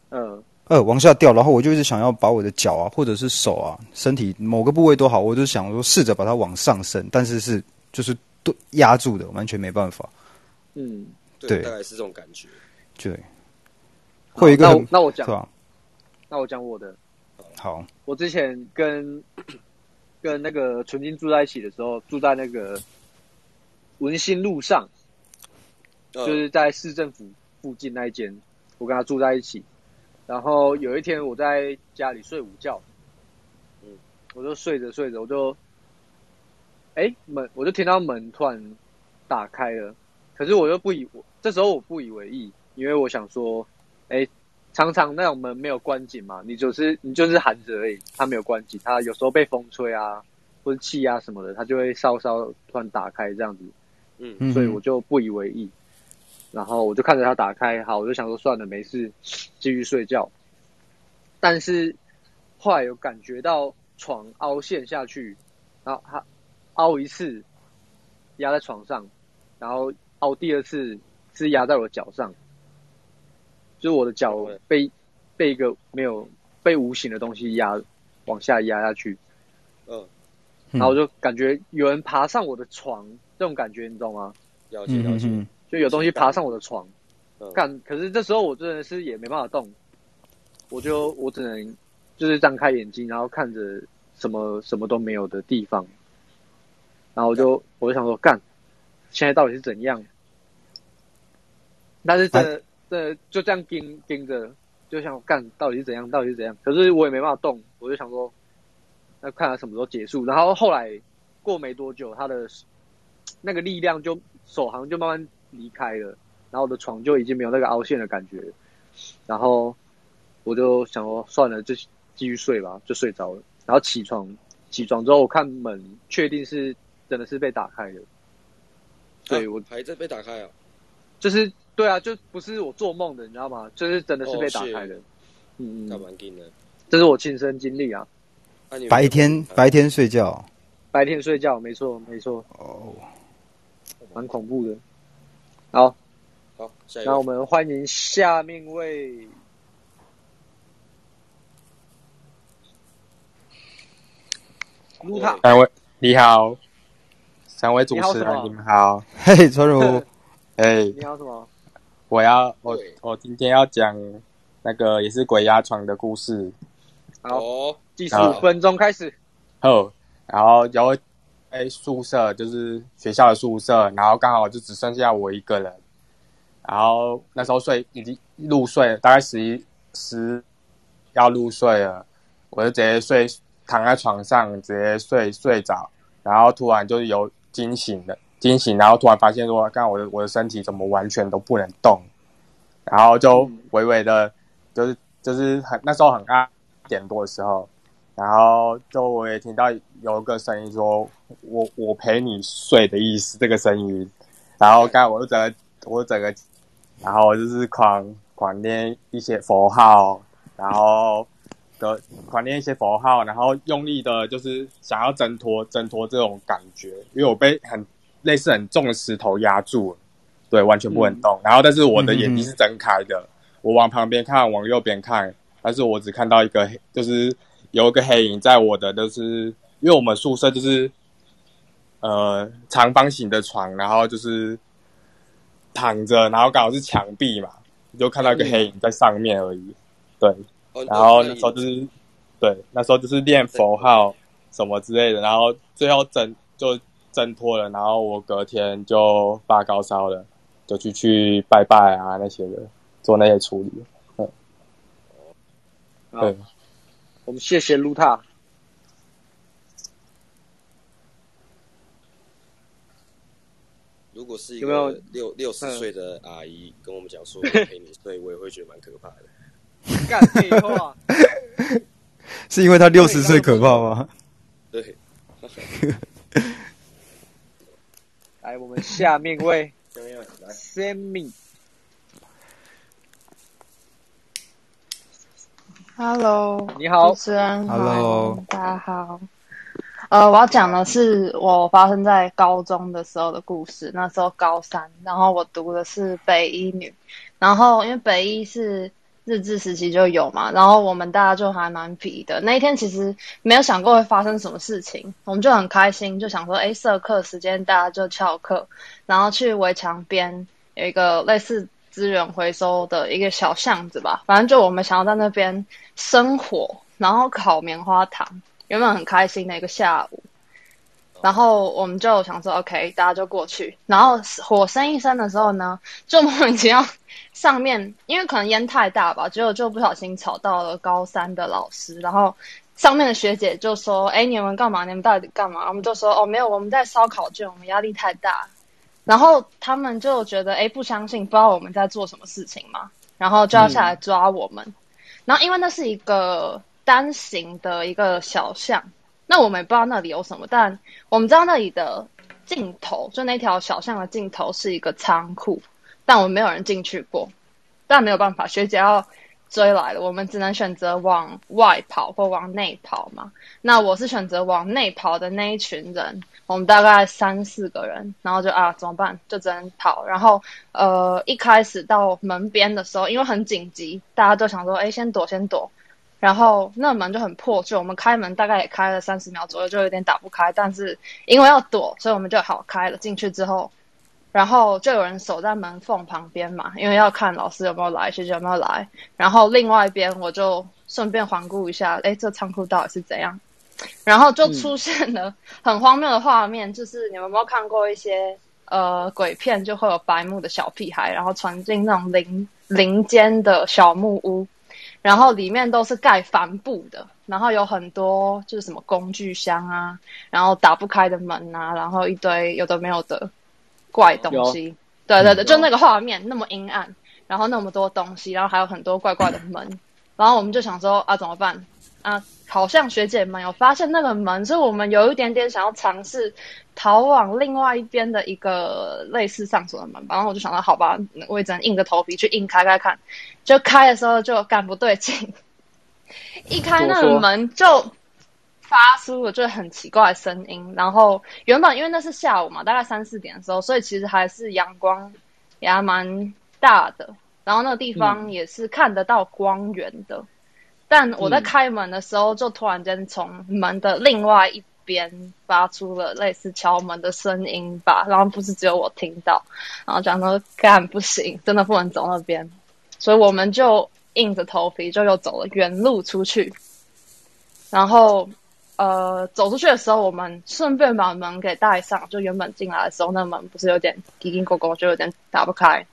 Speaker 2: 嗯，
Speaker 3: 呃，往下掉，然后我就一直想要把我的脚啊，或者是手啊，身体某个部位都好，我就想说试着把它往上升，但是是就是都压住的，完全没办法。
Speaker 2: 嗯，
Speaker 1: 对，
Speaker 3: 对
Speaker 1: 大概是这种感觉。
Speaker 3: 对，会有一个
Speaker 2: 那
Speaker 3: 很
Speaker 2: 我那我讲
Speaker 3: 是，吧？
Speaker 2: 那我讲我的。
Speaker 3: 好，
Speaker 2: 我之前跟跟跟那个纯金住在一起的时候，住在那个文心路上，
Speaker 1: 嗯
Speaker 2: 就是在市政府附近那一间，我跟他住在一起。然后有一天我在家里睡午觉，嗯，我就睡着睡着，我就，哎门，我就听到门突然打开了，可是我又不以我这时候我不以为意，因为我想说，哎、常常那种门没有关紧嘛，你就是你就是含着而已，它没有关紧，它有时候被风吹啊，或者气啊什么的，它就会稍稍突然打开这样子，
Speaker 1: 嗯
Speaker 2: 所以我就不以为意，然后我就看着它打开，好，我就想说算了，没事，继续睡觉。但是后来有感觉到床凹陷下去，然后它凹一次压在床上，然后凹第二次是压在我的脚上，就是我的脚被被一个没有被无形的东西压往下压下去，
Speaker 1: 嗯，
Speaker 2: 然后我就感觉有人爬上我的床，这种感觉你知道吗？
Speaker 1: 了解
Speaker 3: 嗯
Speaker 1: 了
Speaker 3: 嗯
Speaker 1: 解，
Speaker 3: 嗯，
Speaker 2: 就有东西爬上我的床，
Speaker 1: 嗯
Speaker 2: 干，可是这时候我真的是也没办法动，我就我只能就是张开眼睛，然后看着什么什么都没有的地方，然后我就我就想说干，现在到底是怎样？但是真的真的就这样盯盯着，就想干到底是怎样，到底是怎样？可是我也没办法动，我就想说，那看他什么时候结束。然后后来过没多久，他的那个力量就手好像就慢慢离开了，然后我的床就已经没有那个凹陷的感觉了，然后我就想说算了，就继续睡吧，就睡着了。然后起床，起床之后我看门，确定是真的是被打开的，所以我
Speaker 1: 还在被打开啊，
Speaker 2: 就是对啊，就不是我做梦的，你知道吗？就是真的是被打开的，
Speaker 1: 哦
Speaker 2: 嗯
Speaker 1: 干
Speaker 2: 嗯，
Speaker 1: 蛮劲的。
Speaker 2: 这是我亲身经历啊。
Speaker 1: 啊你有没有
Speaker 3: 白天
Speaker 1: 被打开
Speaker 3: 白天睡觉，
Speaker 2: 白天睡觉，没错没错，
Speaker 3: 哦，
Speaker 2: 蛮恐怖的。好，
Speaker 1: 好，下一
Speaker 2: 那我
Speaker 1: 个
Speaker 2: 们欢迎下面一位，卢
Speaker 1: 哎
Speaker 2: 卡，
Speaker 10: 三位你好，三位主
Speaker 2: 你
Speaker 10: 持
Speaker 2: 好什么
Speaker 10: 人你们好，
Speaker 3: 嘿，川如，
Speaker 10: 哎、
Speaker 2: 你要什么？
Speaker 10: 我要我
Speaker 1: 对
Speaker 10: 我今天要讲那个也是鬼压床的故事，
Speaker 2: 好，
Speaker 1: 哦，
Speaker 2: 计时五分钟开始。
Speaker 10: 后然后然后哎宿舍就是学校的宿舍，然后刚好就只剩下我一个人，然后那时候睡已经入睡，大概十一十要入睡了，我就直接睡躺在床上直接睡睡着，然后突然就有惊醒了，惊醒，然后突然发现说，刚我的我的身体怎么完全都不能动，然后就微微的，就是就是很那时候很暗一点多的时候，然后就我也听到有一个声音说，我我陪你睡的意思，这个声音，然后刚我就整个我整个，然后就是狂狂念一些佛号，然后的狂念一些佛号，然后用力的，就是想要挣脱挣脱这种感觉，因为我被很类似很重的石头压住了，对，完全不能动。然后，但是我的眼睛是睁开的，我往旁边看，往右边看，但是我只看到一个黑，就是有一个黑影在我的，就是因为我们宿舍就是呃长方形的床，然后就是躺着，然后刚好是墙壁嘛，你就看到一个黑影在上面而已，对。
Speaker 1: 哦
Speaker 10: 然后那时候就是，对，那时候就是念佛号什么之类的，然后最后挣就挣脱了，然后我隔天就发高烧了，就去去拜拜啊那些的，做那些处理。
Speaker 2: 好
Speaker 10: 对，
Speaker 2: 我们谢谢卢塔。
Speaker 1: 如果是一
Speaker 2: 有没有
Speaker 1: 个六六十
Speaker 2: 嗯
Speaker 1: 岁的阿姨跟我们讲 说我陪你睡，我也会觉得蛮可怕的。
Speaker 2: 干废话，
Speaker 3: 是因为他六十岁可怕吗？
Speaker 1: 对，
Speaker 2: 来，我们 下面一位
Speaker 1: 怎么样？来，
Speaker 2: Sammy，
Speaker 11: Hello，
Speaker 2: 你好
Speaker 11: 主持人好
Speaker 3: Hello
Speaker 11: 大家好。呃，我要讲的是我发生在高中的时候的故事。那时候高三，然后我读的是北一女，然后因为北一是日治时期就有嘛，然后我们大家就还蛮皮的。那一天其实没有想过会发生什么事情，我们就很开心，就想说，诶，社课时间大家就翘课，然后去围墙边有一个类似资源回收的一个小巷子吧，反正就我们想要在那边生火，然后烤棉花糖，原本很开心的一个下午，然后我们就想说 OK，大家就过去，然后火升一升的时候呢，就莫名其妙上面 因为可能烟太大吧，结果就不小心吵到了高三的老师，然后上面的学姐就说：“哎，你们干嘛？你们到底干嘛？”我们就说：“哦，没有，我们在烧考卷，我们压力太大。”然后他们就觉得：“哎，不相信，不知道我们在做什么事情嘛。”然后就要下来抓我们。然后因为那是一个单行的一个小巷，那我们也不知道那里有什么，但我们知道那里的尽头，就那条小巷的尽头是一个仓库，但我们没有人进去过，但没有办法，学姐要追来了，我们只能选择往外跑或往内跑嘛。那我是选择往内跑的那一群人，我们大概三四个人，然后就啊怎么办？就只能跑。然后呃一开始到门边的时候，因为很紧急，大家都想说，哎，先躲，先躲。然后那门就很破旧，我们开门大概也开了三十秒左右，就有点打不开。但是因为要躲，所以我们就好开了。进去之后，然后就有人守在门缝旁边嘛，因为要看老师有没有来，学姐有没有来。然后另外一边我就顺便环顾一下，哎，这仓库到底是怎样？然后就出现了很荒谬的画面，就是你们有没有看过一些呃鬼片，就会有白目的小屁孩，然后闯进那种林林间的小木屋，然后里面都是盖帆布的，然后有很多就是什么工具箱啊，然后打不开的门啊，然后一堆有的没有的怪东西。对对对，就那个画面那么阴暗，然后那么多东西，然后还有很多怪怪的门，然后我们就想说啊怎么办啊？好像学姐们有发现那个门，所以我们有一点点想要尝试逃往另外一边的一个类似上锁的门吧。然后我就想到，好吧，我也只能硬着头皮去硬开开看。就开的时候就感不对劲，一开那个门就发出了就很奇怪的声音。然后原本因为那是下午嘛，大概三四点的时候，所以其实还是阳光也还蛮大的。然后那个地方
Speaker 8: 嗯
Speaker 11: 也是看得到光源的。但我在
Speaker 8: 嗯
Speaker 11: 开门的时候，就突然间从门的另外一边发出了类似敲门的声音吧，然后不是只有我听到，然后讲说干不行，真的不能走那边，所以我们就硬着头皮就又走了原路出去，然后呃走出去的时候，我们顺便把门给带上，就原本进来的时候那门不是有点叽叽咕咕，就有点打不开，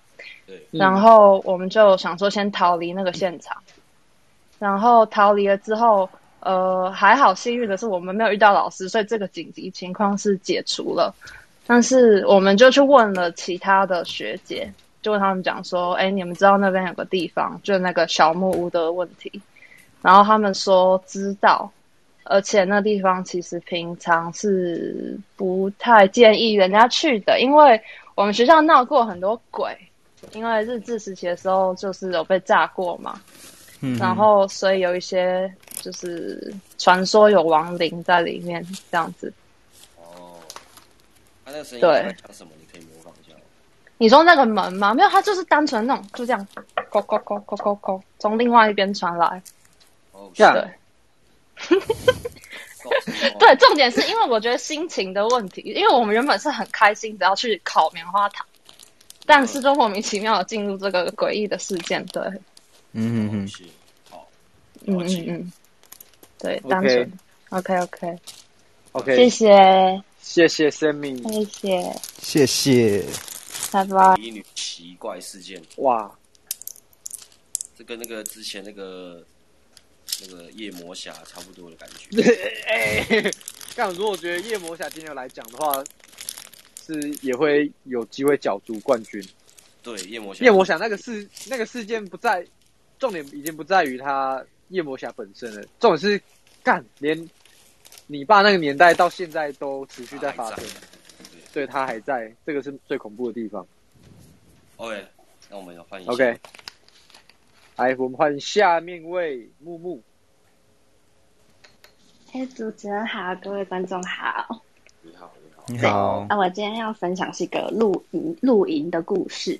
Speaker 1: 对
Speaker 11: 然后我们就想说先逃离那个现场。然后逃离了之后，呃，还好幸运的是我们没有遇到老师，所以这个紧急情况是解除了。但是我们就去问了其他的学姐，就问他们讲说，哎，你们知道那边有个地方，就是那个小木屋的问题。然后他们说知道，而且那地方其实平常是不太建议人家去的，因为我们学校闹过很多鬼，因为日治时期的时候就是有被炸过嘛。
Speaker 3: 嗯
Speaker 11: 然后所以有一些就是传说有亡灵在里面这样子。
Speaker 1: 哦，他啊那个声音
Speaker 11: 对
Speaker 1: 大概讲什么？你可以模仿一下吗。
Speaker 11: 你说那个门吗？没有，它就是单纯那种，就这样，扣扣扣扣扣扣，从另外一边传来。
Speaker 1: 哦，
Speaker 11: 对。
Speaker 2: 哦
Speaker 11: 对，重点是因为我觉得心情的问题，因为我们原本是很开心的要去烤棉花糖，但是就莫名其妙地进入这个诡异的事件。对，
Speaker 3: 嗯
Speaker 1: 嗯
Speaker 11: 嗯嗯嗯，对，
Speaker 2: OK
Speaker 11: 单纯。OK OK，
Speaker 2: OK，
Speaker 11: 谢谢
Speaker 2: 谢谢 Sammy，
Speaker 11: 谢谢，
Speaker 3: 谢谢。
Speaker 11: 拜拜。
Speaker 1: 一女奇怪事件，
Speaker 2: 哇，
Speaker 1: 这跟那个之前那个那个夜魔侠差不多的感觉。
Speaker 2: 哎，干，如果我觉得夜魔侠今天有来讲的话，是也会有机会角逐冠军。
Speaker 1: 对，夜魔侠。
Speaker 2: 夜魔侠那个事那个事件不在，重点已经不在于他夜魔侠本身了，重点是干连你爸那个年代到现在都持续在发生，对他还在，这个是最恐怖的地方。
Speaker 1: OK，那我们要换一下。
Speaker 2: OK，来我们换下面一位木木，
Speaker 12: 哎，主持人好，各位观众好。
Speaker 1: 你好，你好。
Speaker 3: 你
Speaker 12: 对
Speaker 3: 好，
Speaker 12: 啊，我今天要分享是一个露营露营的故事，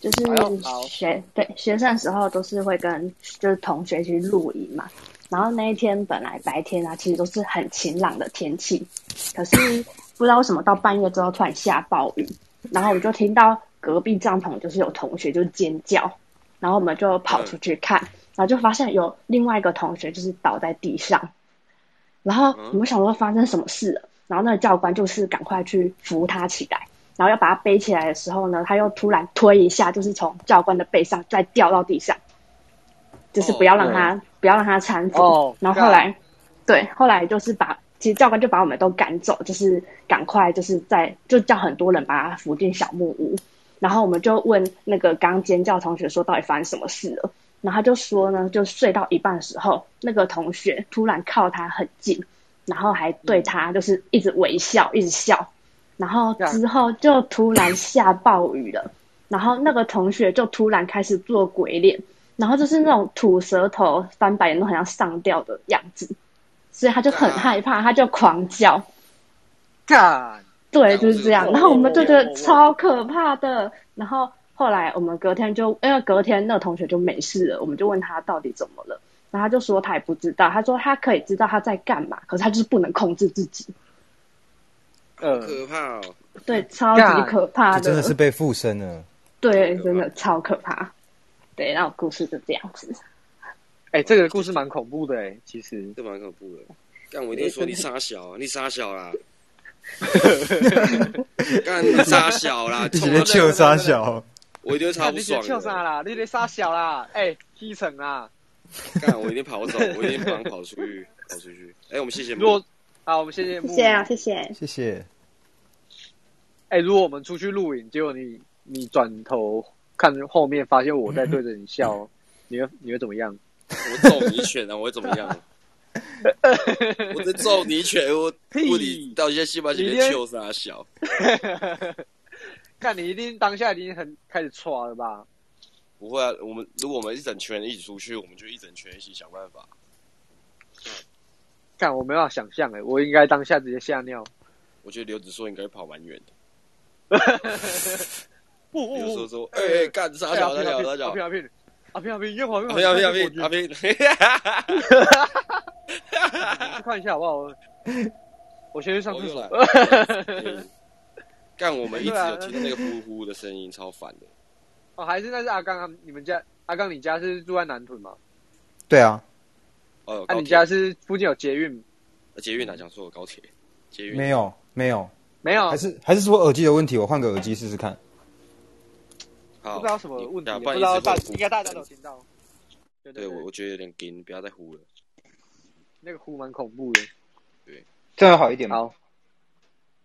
Speaker 12: 就是
Speaker 3: 哎呦好
Speaker 12: 学对学生的时候都是会跟就是同学去露营嘛。然后那一天本来白天啊，其实都是很晴朗的天气，可是不知道为什么到半夜之后突然下暴雨，然后我就听到隔壁帐篷就是有同学就尖叫，然后我们
Speaker 3: 嗯
Speaker 12: 就跑出去看，然后就发现有另外一个同学就是倒在地上，然后我们想说发生什么事了，然后那个教官就是赶快去扶他起来，然后要把他背起来的时候呢，他又突然推一下，就是从教官的背上再掉到地上，就是不要让他、
Speaker 2: 哦
Speaker 12: 不要让他搀扶。
Speaker 2: 哦
Speaker 12: 然后后来，对，后来就是把其实教官就把我们都赶走，就是赶快就是在就叫很多人把他扶进小木屋，然后我们就问那个刚尖叫同学说到底发生什么事了，然后他就说呢，就睡到一半的时候，那个同学突然靠他很近，然后还对他就是一直微笑，一直笑，然后之后就突然下暴雨了，然后那个同学就突然开始做鬼脸，然后就是那种吐舌头、翻白眼，都很像上吊的样子，所以他就很害怕，他就狂叫。
Speaker 2: 干，
Speaker 12: 对，就是这样。
Speaker 2: 哦
Speaker 12: 然后我们就觉
Speaker 2: 哦
Speaker 12: 得
Speaker 2: 哦
Speaker 12: 超可怕的。然后后来我们隔天就，因为隔天那个同学就没事了，我们就问他到底怎么了，然后他就说他也不知道，他说他可以知道他在干嘛，可是他就是不能控制自己。
Speaker 2: 呃，
Speaker 1: 可怕哦。
Speaker 12: 对，超级可怕的，
Speaker 3: 这真的是被附身了。
Speaker 12: 对，真的超可怕。对，然后故事就这样子。
Speaker 2: 哎、这个故事蛮恐怖的哎、其实
Speaker 1: 啊这蛮恐怖的。干，我一定说你傻小啊，你傻 小啦！干，你傻小啦！
Speaker 3: 一起
Speaker 1: 冲
Speaker 3: 被
Speaker 1: 他
Speaker 3: 秋杀小，
Speaker 1: 我一定会超
Speaker 2: 看
Speaker 1: 不
Speaker 2: 你
Speaker 1: 爽
Speaker 2: 笑
Speaker 1: 的。
Speaker 2: 啥啦？你得杀小啦！哎、踢成啊！
Speaker 1: 干，我一定跑走，我一定忙跑出去，跑出去。哎，我们谢谢。
Speaker 2: 如果好，我们谢谢木。
Speaker 6: 谢谢啊，谢谢。
Speaker 3: 谢谢。
Speaker 2: 哎、如果我们出去露营，结果你你转头看后面，发现我在对着你 笑，你会你会怎么样？
Speaker 1: 我揍你一拳啊！我会怎么 样？我在揍你一拳，我我你到现在西班牙被秋傻小。
Speaker 2: 看你一定当下已经很开始错了吧？
Speaker 1: 不会啊，我们如果我们一整群人一起出去，我们就一整群人一起想办法。
Speaker 2: 看我没办法想象哎、我应该当下直接吓尿。
Speaker 1: 我觉得刘子硕应该跑蛮远的。
Speaker 2: 不
Speaker 1: 比如说说，哎哎，干傻小傻小傻
Speaker 2: 阿
Speaker 1: 小
Speaker 2: 啊
Speaker 1: 啊
Speaker 2: 平，阿平，阿平阿平，越跑越
Speaker 1: 阿
Speaker 2: 好。
Speaker 1: 飞阿飞阿飞阿飞，
Speaker 2: 去看一下好不好？我先去上厕所。 啊
Speaker 1: 嗯干我们一直有听到那个呼呼的声音，超烦的。
Speaker 2: 哦，还是那是阿刚他们你们家，阿刚你家是住在南屯吗？
Speaker 3: 对啊，
Speaker 1: 哦，
Speaker 2: 啊，
Speaker 1: 高
Speaker 2: 你
Speaker 1: 铁
Speaker 2: 家
Speaker 1: 啊
Speaker 2: 是附近有捷运？
Speaker 1: 捷运哪讲错了？高铁捷运啊
Speaker 3: 没有没有
Speaker 2: 没有，
Speaker 3: 还是还是说耳机的问题？我换个耳机试试看。
Speaker 1: 好，
Speaker 2: 不知道什么问题，
Speaker 1: 啊
Speaker 2: 不
Speaker 1: 然
Speaker 2: 知
Speaker 1: 一直
Speaker 2: 道
Speaker 1: 会
Speaker 2: 大
Speaker 1: 呼
Speaker 2: 应该大家都有听到。对
Speaker 1: 对
Speaker 2: 对
Speaker 1: 我
Speaker 2: 对，
Speaker 1: 我觉得有点紧，不要再呼了。
Speaker 2: 那个呼蛮恐怖的。
Speaker 1: 对，
Speaker 13: 这样好一点
Speaker 2: 吗？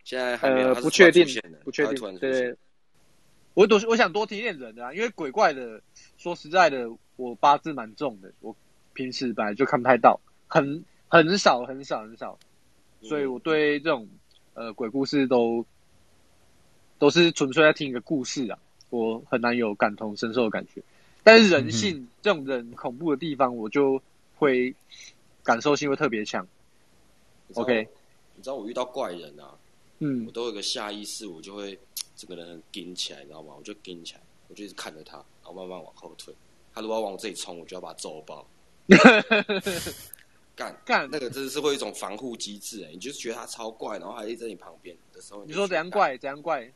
Speaker 1: 现在还没有，
Speaker 2: 呃，
Speaker 1: 它是
Speaker 2: 不
Speaker 1: 突
Speaker 2: 确
Speaker 1: 然
Speaker 2: 定
Speaker 1: 出现的，
Speaker 2: 不确
Speaker 1: 它是突
Speaker 2: 定。
Speaker 1: 然出
Speaker 2: 对，
Speaker 1: 现
Speaker 2: 对我多我想多听一点人的啊，因为鬼怪的，说实在的，我八字蛮重的，我平时本来就看不太到，很很少很少很少，
Speaker 1: 嗯
Speaker 2: 所以我对这种呃鬼故事都都是纯粹在听一个故事啊，我很难有感同身受的感觉。但是人性、这种人恐怖的地方，我就会感受性会特别强。
Speaker 1: 你知道
Speaker 2: OK，
Speaker 1: 你知道我遇到怪人啊，
Speaker 2: 嗯
Speaker 1: 我，都有个下意识，我就会整个人很紧起来，你知道吗？我就紧起来，我就一直看着他，然后慢慢往后退。他如果要往我这里冲，我就要把他揍爆。干
Speaker 2: 干，
Speaker 1: 那个真的是会有一种防护机制、欸，你就是觉得他超怪，然后还一直在你旁边的时候，
Speaker 2: 你
Speaker 1: 就
Speaker 2: 说怎
Speaker 1: 觉得
Speaker 2: 样？怪怎样怪？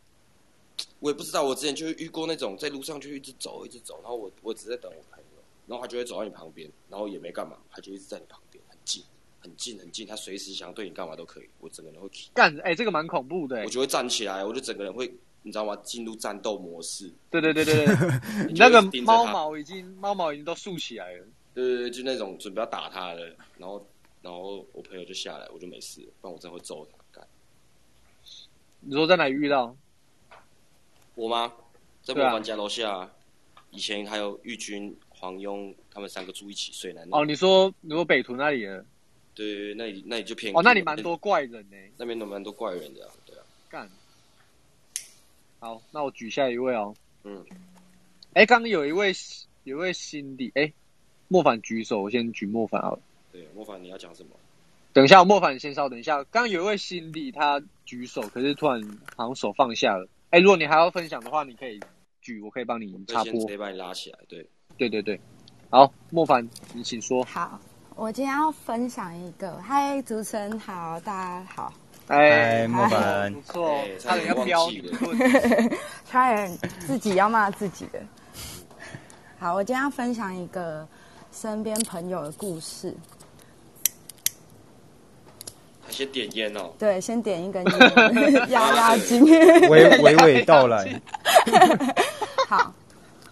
Speaker 1: 我也不知道，我之前就遇过那种在路上就一直走，一直走，然后我我只是在等我朋友，然后他就会走到你旁边，然后也没干嘛，他就一直在你旁边，很近，很近，很近，他随时想对你干嘛都可以，我整个人会起，
Speaker 2: 干，哎、这个蛮恐怖的、欸
Speaker 1: 我。就会站起来，我就整个人会，你知道吗？进入战斗模式。
Speaker 2: 对对对对对，
Speaker 1: 你
Speaker 2: 你那
Speaker 1: 就一直
Speaker 2: 个
Speaker 1: 盯着
Speaker 2: 猫
Speaker 1: 它
Speaker 2: 毛已经猫毛已经都竖起来了。
Speaker 1: 对对对，就那种准备要打他的，然后然后我朋友就下来，我就没事了，不然我真的会揍他。干
Speaker 2: 你说在哪里遇到？
Speaker 1: 我吗？在我
Speaker 2: 对啊
Speaker 1: 们家楼下啊、以前还有玉军、黄庸他们三个住一起睡男。
Speaker 2: 哦，你说你说北屯那里的？
Speaker 1: 对对对，那里那里就偏
Speaker 2: 哦，那里蛮多，怪人呢、
Speaker 1: 那边有蛮多怪人的、啊，对啊，
Speaker 2: 干。好，那我举下一位哦。
Speaker 1: 嗯，
Speaker 2: 哎、刚刚有一位有一位新的，哎、莫凡举手，我先举莫凡好了。
Speaker 1: 对。莫凡，你要讲什么？
Speaker 2: 等一下，莫凡你先稍等一下。刚刚有一位新的他举手，可是突然好像手放下了。哎、如果你还要分享的话，你可以举，我可以帮你
Speaker 1: 所
Speaker 2: 插
Speaker 1: 以先直
Speaker 2: 播
Speaker 1: 接。把你拉起来，对，
Speaker 2: 对对对，好，莫凡，你请说。
Speaker 14: 好，我今天要分享一个，嗨，主持人好，大家好，
Speaker 3: 嗨，莫凡，
Speaker 2: 哎不错
Speaker 1: 哎，
Speaker 2: 差点要飙你
Speaker 1: 差点忘
Speaker 14: 差点自己要骂自己的。好，我今天要分享一个身边朋友的故事。
Speaker 1: 先点烟哦。
Speaker 14: 对，先点一根烟压压惊，
Speaker 3: 娓娓娓道 来。
Speaker 14: 好，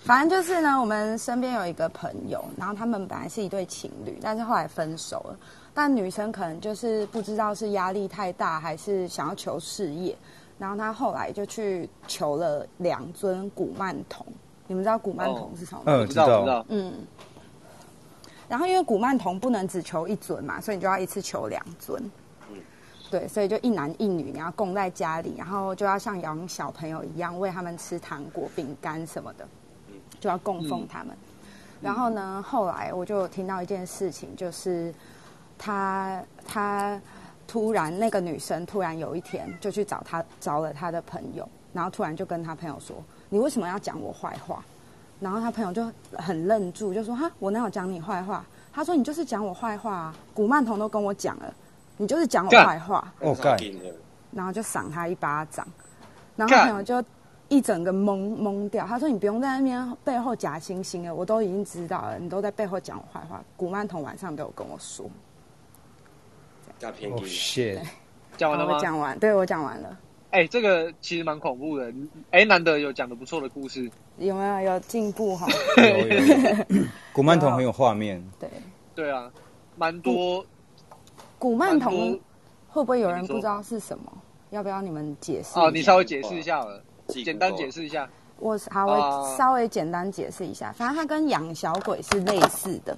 Speaker 14: 反正就是呢，我们身边有一个朋友，然后他们本来是一对情侣，但是后来分手了。但女生可能就是不知道是压力太大，还是想要求事业，然后她后来就去求了两尊古曼童。嗯你们知道古曼童是什么吗？
Speaker 3: 哦嗯我知道知道我知道
Speaker 14: 嗯。然后因为古曼童不能只求一尊嘛，所以你就要一次求两尊。
Speaker 1: 嗯
Speaker 14: 对，所以就一男一女，你要供在家里，然后就要像养小朋友一样喂他们吃糖果、饼干什么的，就要供奉他们。
Speaker 3: 嗯
Speaker 14: 然后呢，后来我就有听到一件事情，就是他他突然那个女生突然有一天就去找他找了他的朋友，然后突然就跟他朋友说：“你为什么要讲我坏话？”然后他朋友就很愣住，就说：“哈，我哪有讲你坏话？”他说：“你就是讲我坏话啊，古曼童都跟我讲了，你就是讲我坏话。”
Speaker 3: 哦，干，
Speaker 14: 然后就赏他一巴掌，然后朋友就一整个懵懵掉。他说：“你不用在那边背后假惺惺了，我都已经知道了，你都在背后讲我坏话。”古曼童晚上都有跟我说，
Speaker 1: 大便
Speaker 3: 宜。shit！
Speaker 2: 讲完了
Speaker 14: 哦我
Speaker 2: 吗？
Speaker 14: 讲完，对我讲完了，
Speaker 2: 哎、这个其实蛮恐怖的。哎，难得有讲的不错的故事，
Speaker 14: 有没有有进步哈？
Speaker 3: 有有有，古曼童很有画面。
Speaker 14: 对，
Speaker 2: 对啊，蛮多。
Speaker 14: 古曼
Speaker 2: 蛮
Speaker 14: 童
Speaker 2: 多
Speaker 14: 会不会有人
Speaker 2: 你
Speaker 14: 不
Speaker 2: 说
Speaker 14: 知道是什么？要不要你们解释？
Speaker 2: 哦，你稍微解释一。下好了，简单解释一下。
Speaker 14: 我好，
Speaker 2: 啊
Speaker 14: 我稍微简单解释一下，反正它跟养小鬼是类似的，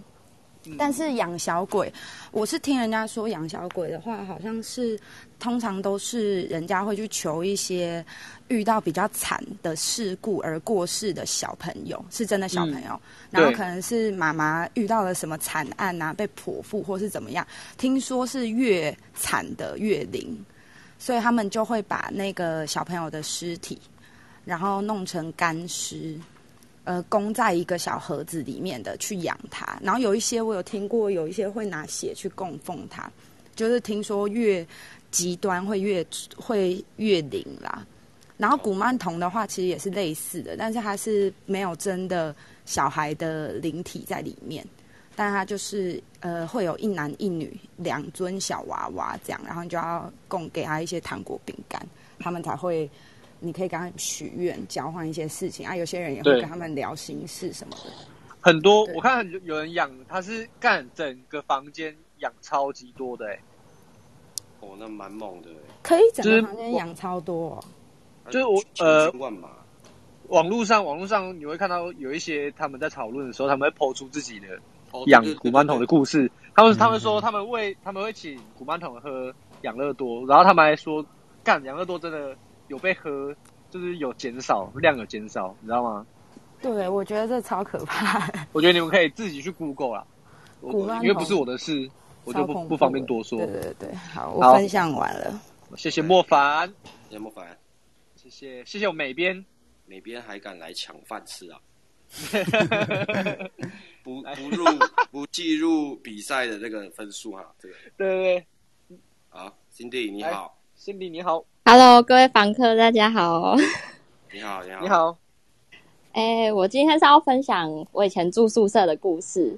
Speaker 14: 但是养小鬼，我是听人家说养小鬼的话，好像是通常都是人家会去求一些遇到比较惨的事故而过世的小朋友，是真的小朋友，
Speaker 13: 嗯
Speaker 14: 然后
Speaker 13: 对
Speaker 14: 可能是妈妈遇到了什么惨案啊，被泼妇或是怎么样，听说是越惨的越灵，所以他们就会把那个小朋友的尸体，然后弄成干尸，呃，供在一个小盒子里面的去养它。然后有一些我有听过，有一些会拿血去供奉它，就是听说越极端会越会越灵啦。然后古曼童的话，其实也是类似的，但是它是没有真的小孩的灵体在里面，但它就是呃会有一男一女两尊小娃娃这样，然后你就要供给他一些糖果饼干，他们才会，你可以跟他许愿，交换一些事情啊。有些人也会
Speaker 2: 对
Speaker 14: 跟他们聊心事什么的。
Speaker 2: 很多我看有有人养，他是干整个房间养超级多的、欸，
Speaker 1: 哦，那蛮猛的欸。
Speaker 14: 可以整
Speaker 2: 就
Speaker 14: 个
Speaker 2: 是
Speaker 14: 房间
Speaker 2: 我
Speaker 14: 养超多、哦，
Speaker 2: 就是我呃
Speaker 1: 千，军万马
Speaker 2: 网络上网络上你会看到有一些他们在讨论的时候，他们会抛出自己的
Speaker 1: 哦对
Speaker 2: 养
Speaker 1: 对对
Speaker 2: 古曼童的故事。他们他们说他们会他们会请古曼童喝养乐多，然后他们还说干养乐多真的有被喝，就是有减少量有减少，你知道吗？
Speaker 14: 对我觉得这超可怕。
Speaker 2: 我觉得你们可以自己去 Google 啦，我
Speaker 14: 古曼童
Speaker 2: 因为不是我的事，我就
Speaker 14: 超恐
Speaker 2: 不
Speaker 14: 怖
Speaker 2: 不方便多说。
Speaker 14: 对对对， 好，
Speaker 2: 呃好
Speaker 14: 我分享完了。
Speaker 2: 谢谢莫凡，
Speaker 1: 谢谢莫凡，
Speaker 2: 谢谢谢谢我美编，
Speaker 1: 哪边还敢来抢饭吃 啊？不不入不计入比赛的那个分数哈，这个
Speaker 2: 对对
Speaker 1: 好，Cindy 你好，
Speaker 2: 对，Cindy 你好，
Speaker 13: Hello，各位房客，大家好。
Speaker 1: 你好你好
Speaker 2: 你，好，
Speaker 13: 哎、我今天是要分享我以前住宿舍的故事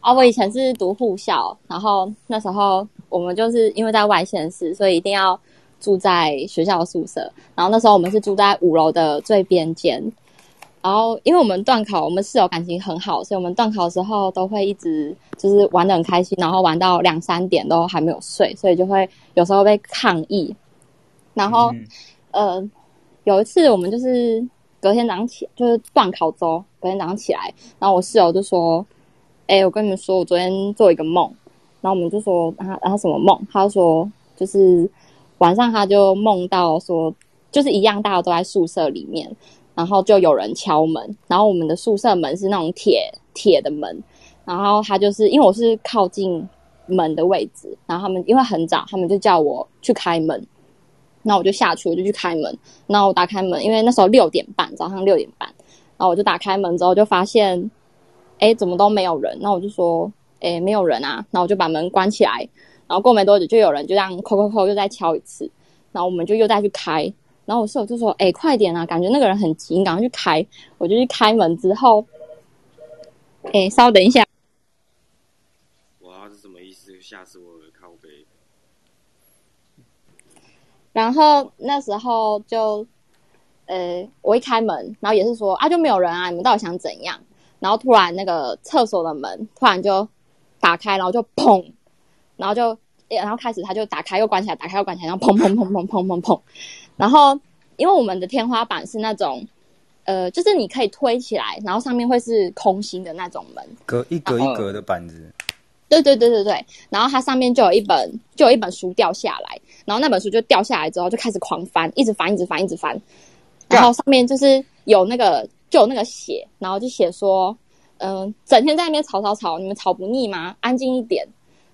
Speaker 13: 啊。我以前是读护校，然后那时候我们就是因为在外县市，所以一定要住在学校的宿舍。然后那时候我们是住在五楼的最边间。然后因为我们段考，我们室友感情很好，所以我们段考的时候都会一直就是玩的很开心，然后玩到两三点都还没有睡，所以就会有时候被抗议。然后、
Speaker 9: 嗯
Speaker 13: 呃，有一次我们就是隔天早上起，就是断考周，隔天早上起来，然后我室友就说：“哎、我跟你们说，我昨天做一个梦。”然后我们就说：“他他什么梦？”他说：“就是晚上他就梦到说，就是一样，大家都在宿舍里面，然后就有人敲门，然后我们的宿舍门是那种铁铁的门，然后他就是因为我是靠近门的位置，然后他们因为很早，他们就叫我去开门，那我就下去，我就去开门。然后我打开门，因为那时候六点半，早上六点半，然后我就打开门之后就发现，哎，怎么都没有人。那我就说，哎，没有人啊。然后我就把门关起来。然后过没多久就有人就这样扣扣扣又再敲一次，然后我们就又再去开。然后我室友就说，哎，快点啊，感觉那个人很急，你赶快去开。我就去开门之后，哎，稍等一下。
Speaker 1: 哇，这什么意思？吓死我了，靠背。
Speaker 13: 然后那时候就，呃，我一开门，然后也是说啊，就没有人啊，你们到底想怎样？然后突然那个厕所的门突然就打开，然后就砰，然后就呃然后开始他就打开又关起来，打开又关起来，然后砰砰砰砰砰砰砰，然后因为我们的天花板是那种。呃，就是你可以推起来，然后上面会是空心的那种门，
Speaker 3: 格一格一格的板子，
Speaker 13: 对对对对对，然后它上面就有一本就有一本书掉下来，然后那本书就掉下来之后就开始狂翻，一直翻一直翻一直翻，然后上面就是有那个就有那个写，然后就写说，嗯、整天在那边吵吵吵，你们吵不腻吗？安静一点。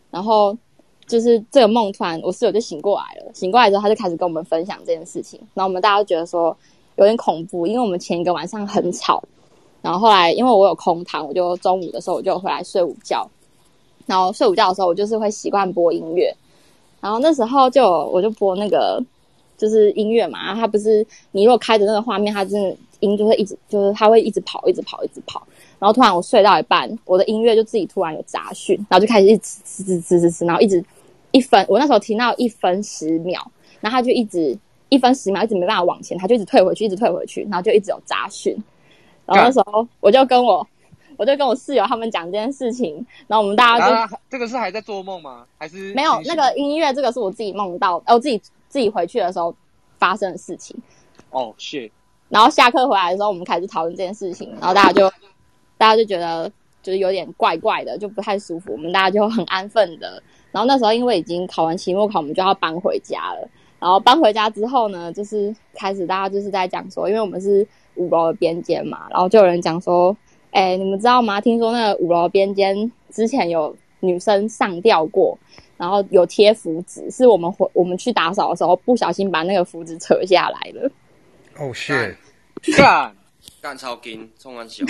Speaker 13: 然后就是这个梦突然我室友就醒过来了，醒过来之后他就开始跟我们分享这件事情，然后我们大家都觉得说有点恐怖，因为我们前一个晚上很吵，然后后来因为我有空堂，我就中午的时候我就回来睡午觉，然后睡午觉的时候，我就是会习惯播音乐，然后那时候就有我就播那个就是音乐嘛，它不是你如果开着那个画面，它真的音就会一直就是它会一直跑，一直跑，一直跑，然后突然我睡到一半，我的音乐就自己突然有杂讯，然后就开始一直吃吃吃吃吃，然后一直一分，我那时候停到一分十秒，然后它就一直一分十秒一直没办法往前，它就一直退回去，一直退回去，然后就一直有杂讯，然后那时候我就跟我。我就跟我室友他们讲这件事情，然后我们大家就
Speaker 2: 啊，这个是还在做梦吗？还是
Speaker 13: 没有
Speaker 2: 清
Speaker 13: 那
Speaker 2: 醒
Speaker 13: 个音乐，这个是我自己梦到，呃，我自己自己回去的时候发生的事情。
Speaker 2: 哦，shit，
Speaker 13: 然后下课回来的时候，我们开始讨论这件事情，然后大家就大家就觉得就是有点怪怪的，就不太舒服。我们大家就很安分的。然后那时候因为已经考完期末考，我们就要搬回家了。然后搬回家之后呢，就是开始大家就是在讲说，因为我们是五楼的边间嘛，然后就有人讲说，哎，你们知道吗？听说那个五楼边间之前有女生上吊过，然后有贴符纸，是我们回我们去打扫的时候不小心把那个符纸扯下来了。
Speaker 3: 哦，是
Speaker 2: 干
Speaker 1: 干超金，冲完小，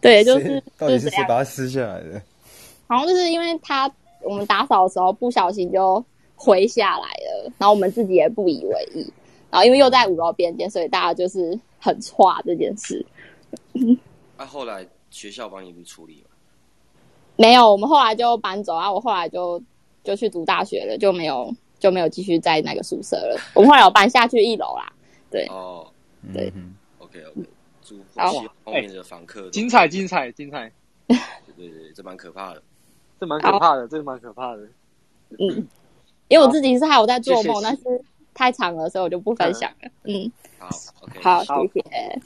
Speaker 13: 对，就是
Speaker 3: 到底
Speaker 13: 就是是这
Speaker 3: 谁
Speaker 13: 样。
Speaker 3: 把它撕下来的？
Speaker 13: 好像就是因为他我们打扫的时候不小心就挥下来了，然后我们自己也不以为意，然后因为又在五楼边间，所以大家就是很差这件事。
Speaker 1: 那、啊后来学校帮你们处理嘛？
Speaker 13: 没有，我们后来就搬走啊，我后来就就去读大学了，就没有就没有继续在那个宿舍了。我们后来有搬下去一楼啦，对，
Speaker 1: 哦，
Speaker 2: 嗯
Speaker 13: 对
Speaker 1: ，OK OK，祝
Speaker 13: 好
Speaker 1: 希望后面的房客都
Speaker 2: 哎精彩，精彩，精彩，
Speaker 1: 对对对，这蛮可怕的。
Speaker 2: 这蛮可怕的，这蛮可怕的。
Speaker 13: 嗯，因为我自己是还有在做
Speaker 2: 谢
Speaker 13: 梦，
Speaker 2: 谢
Speaker 13: 但是太长了，所以我就不分享了。嗯，
Speaker 1: 好，OK，
Speaker 13: 好，
Speaker 1: 好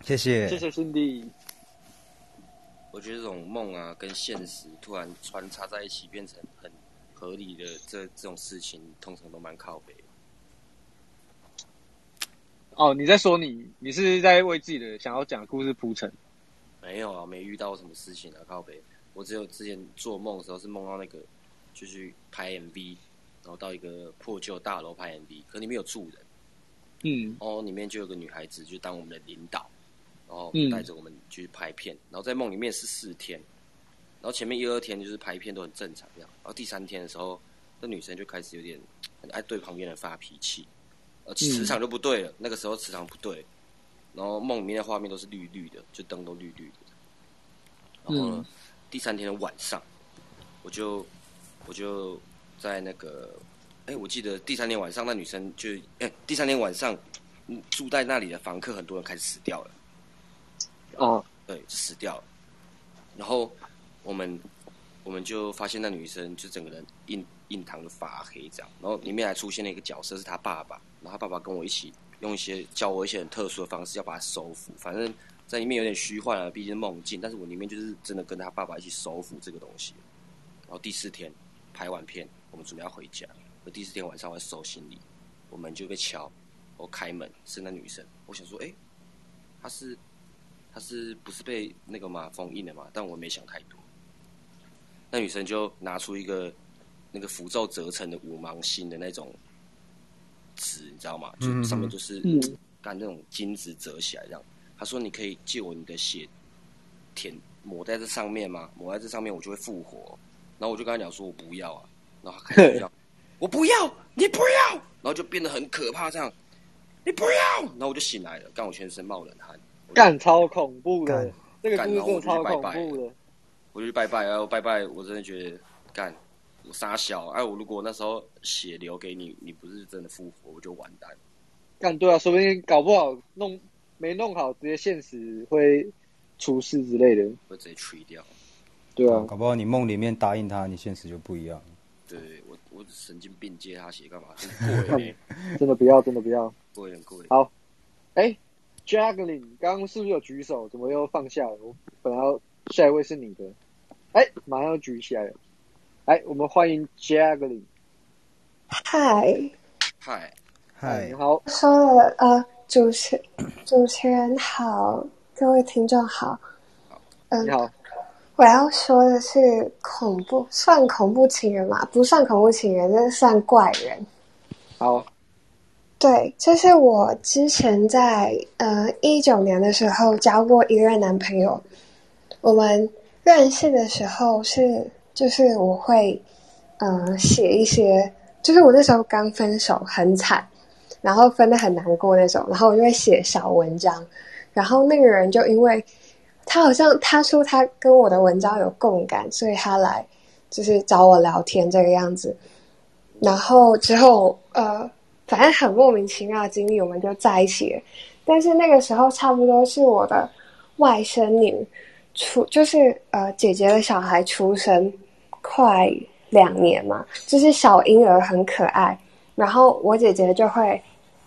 Speaker 13: 谢谢。
Speaker 3: 谢谢谢
Speaker 2: 谢辛迪。
Speaker 1: 我觉得这种梦啊，跟现实突然穿插在一起，变成很合理的这这种事情，通常都蛮靠北的。
Speaker 2: 哦，你在说你，你是在为自己的想要讲的故事铺陈。
Speaker 1: 没有啊，没遇到什么事情啊，靠北。我只有之前做梦的时候是梦到那个，就去拍 MV，然后到一个破旧大楼拍 MV，可里面有住人，
Speaker 2: 嗯，
Speaker 1: 然后里面就有个女孩子，就当我们的领导，然后
Speaker 2: 嗯
Speaker 1: 带着我们去拍片，然后在梦里面是四天，然后前面一二天就是拍片都很正常这样，然后第三天的时候，那女生就开始有点很爱对旁边人发脾气，呃，磁场就不对了，那个时候磁场不对，然后梦里面的画面都是绿绿的，就灯都绿绿的，然后呢，
Speaker 15: 嗯
Speaker 1: 第三天的晚上，我就我就在那个，哎，我记得第三天晚上那女生就，哎，第三天晚上嗯住在那里的房客很多人开始死掉了，
Speaker 2: 哦，
Speaker 1: 对，就死掉了。然后我们我们就发现那女生就整个人印印堂都发黑这样，然后里面还出现了一个角色是她爸爸，然后她爸爸跟我一起用一些教我一些很特殊的方式要把她收服，反正在里面有点虚幻啊，毕竟是梦境，但是我里面就是真的跟她爸爸一起收服这个东西。然后第四天拍完片，我们准备要回家，我第四天晚上我要收行李，我门就被敲，我开门是那女生，我想说，哎、她是她是不是被那个嘛封印了嘛？但我没想太多。那女生就拿出一个那个符咒折成的五芒星的那种纸，你知道吗？就
Speaker 15: 嗯嗯嗯
Speaker 1: 上面就是
Speaker 15: 嗯
Speaker 1: 干那种金子折起来这样。她说：“你可以借我你的血舔抹在这上面吗？抹在这上面我就会复活。”然后我就跟她讲说：“我不要啊。”然后她开始叫：“我不要，你不要！”然后就变得很可怕这样。你不要！然后我就醒来了，干我全身冒冷汗。
Speaker 2: 干超恐怖的
Speaker 1: 干，
Speaker 2: 这个
Speaker 1: 干
Speaker 2: 故事真
Speaker 1: 然后
Speaker 2: 的超
Speaker 1: 我就去拜
Speaker 2: 恐
Speaker 1: 拜
Speaker 2: 怖的。
Speaker 1: 我就去拜拜，然后拜拜，我真的觉得干我傻小，哎、我如果那时候血流给你，你不是真的复活，我就完蛋。
Speaker 2: 干对啊，说不定搞不好弄没弄好，直接现实会出事之类的。
Speaker 1: 会直接吹掉。
Speaker 2: 对啊，
Speaker 3: 搞不好你梦里面答应他，你现实就不一样。
Speaker 1: 对我，我神经病借他血干嘛？很贵、欸，
Speaker 2: 真的不要，真的不要。
Speaker 1: 贵很贵。
Speaker 2: 好，哎、j a g l i n 刚刚是不是有举手？怎么又放下了？我本来要下一位是你的，哎、马上又举起来了。哎，我们欢迎 j a g l i n
Speaker 15: 嗨，
Speaker 1: 嗨，
Speaker 3: 嗨，
Speaker 2: 哎你好，
Speaker 15: 说了呃，主持主持人好，各位听众好，嗯
Speaker 2: 你，好，
Speaker 15: 我要说的是恐怖，算恐怖情人嘛？不算恐怖情人，那算怪人。
Speaker 2: 好，
Speaker 15: 对，这是我之前在呃一九年的时候交过一任男朋友。我们认识的时候是，就是我会呃写一些，就是我那时候刚分手，很惨，然后分的很难过那种，然后我就会写小文章，然后那个人就因为他好像他说他跟我的文章有共感，所以他来就是找我聊天这个样子。然后之后呃，反正很莫名其妙的经历，我们就在一起了。但是那个时候差不多是我的外甥女出，就是呃姐姐的小孩出生快两年嘛，就是小婴儿很可爱。然后我姐姐就会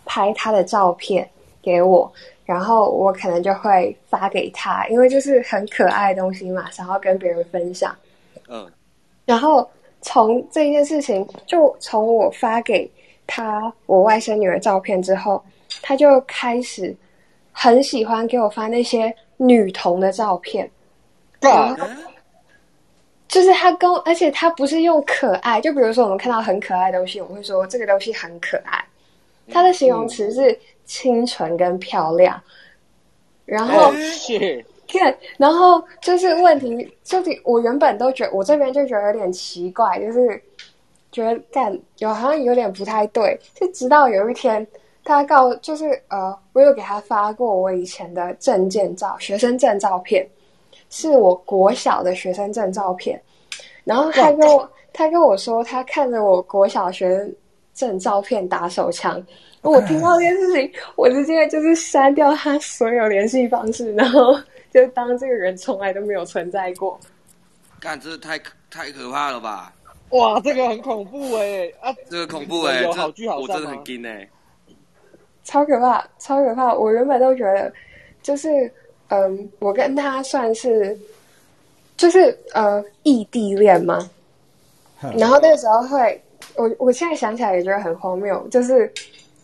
Speaker 15: 拍她的照片给我，然后我可能就会发给她，因为就是很可爱的东西嘛，想要跟别人分享。
Speaker 1: 嗯，
Speaker 15: 然后从这件事情，就从我发给他我外甥女儿照片之后，他就开始很喜欢给我发那些女童的照片，然后就是他跟我，而且他不是用可爱，就比如说我们看到很可爱的东西，我们会说这个东西很可爱，他的形容词是清纯跟漂亮，然后。
Speaker 2: 谢，
Speaker 15: 看，然后就是问题，就是我原本都觉我这边就觉得有点奇怪，就是觉得干有好像有点不太对。就直到有一天，他告就是呃，我有给他发过我以前的证件照、学生证照片，是我国小的学生证照片。然后他跟我他跟我说，他看着我国小学生证照片打手枪。我听到这件事情，我直接就是删掉他所有联系方式， 然后就当这个人从来都没有存在过。
Speaker 1: 干，这太可太可怕了吧！
Speaker 2: 哇，这个很恐怖哎、啊，
Speaker 1: 这个恐怖哎、
Speaker 2: 有
Speaker 1: 这
Speaker 2: 好聚好
Speaker 1: 我
Speaker 2: 散
Speaker 1: 真的
Speaker 2: 吗
Speaker 1: 很惊哎、
Speaker 15: 超可怕，超可怕！我原本都觉得，就是嗯，我跟他算是就是呃异地恋嘛。
Speaker 3: 嗯
Speaker 15: 然后那时候会，我我现在想起来也觉得很荒谬，就是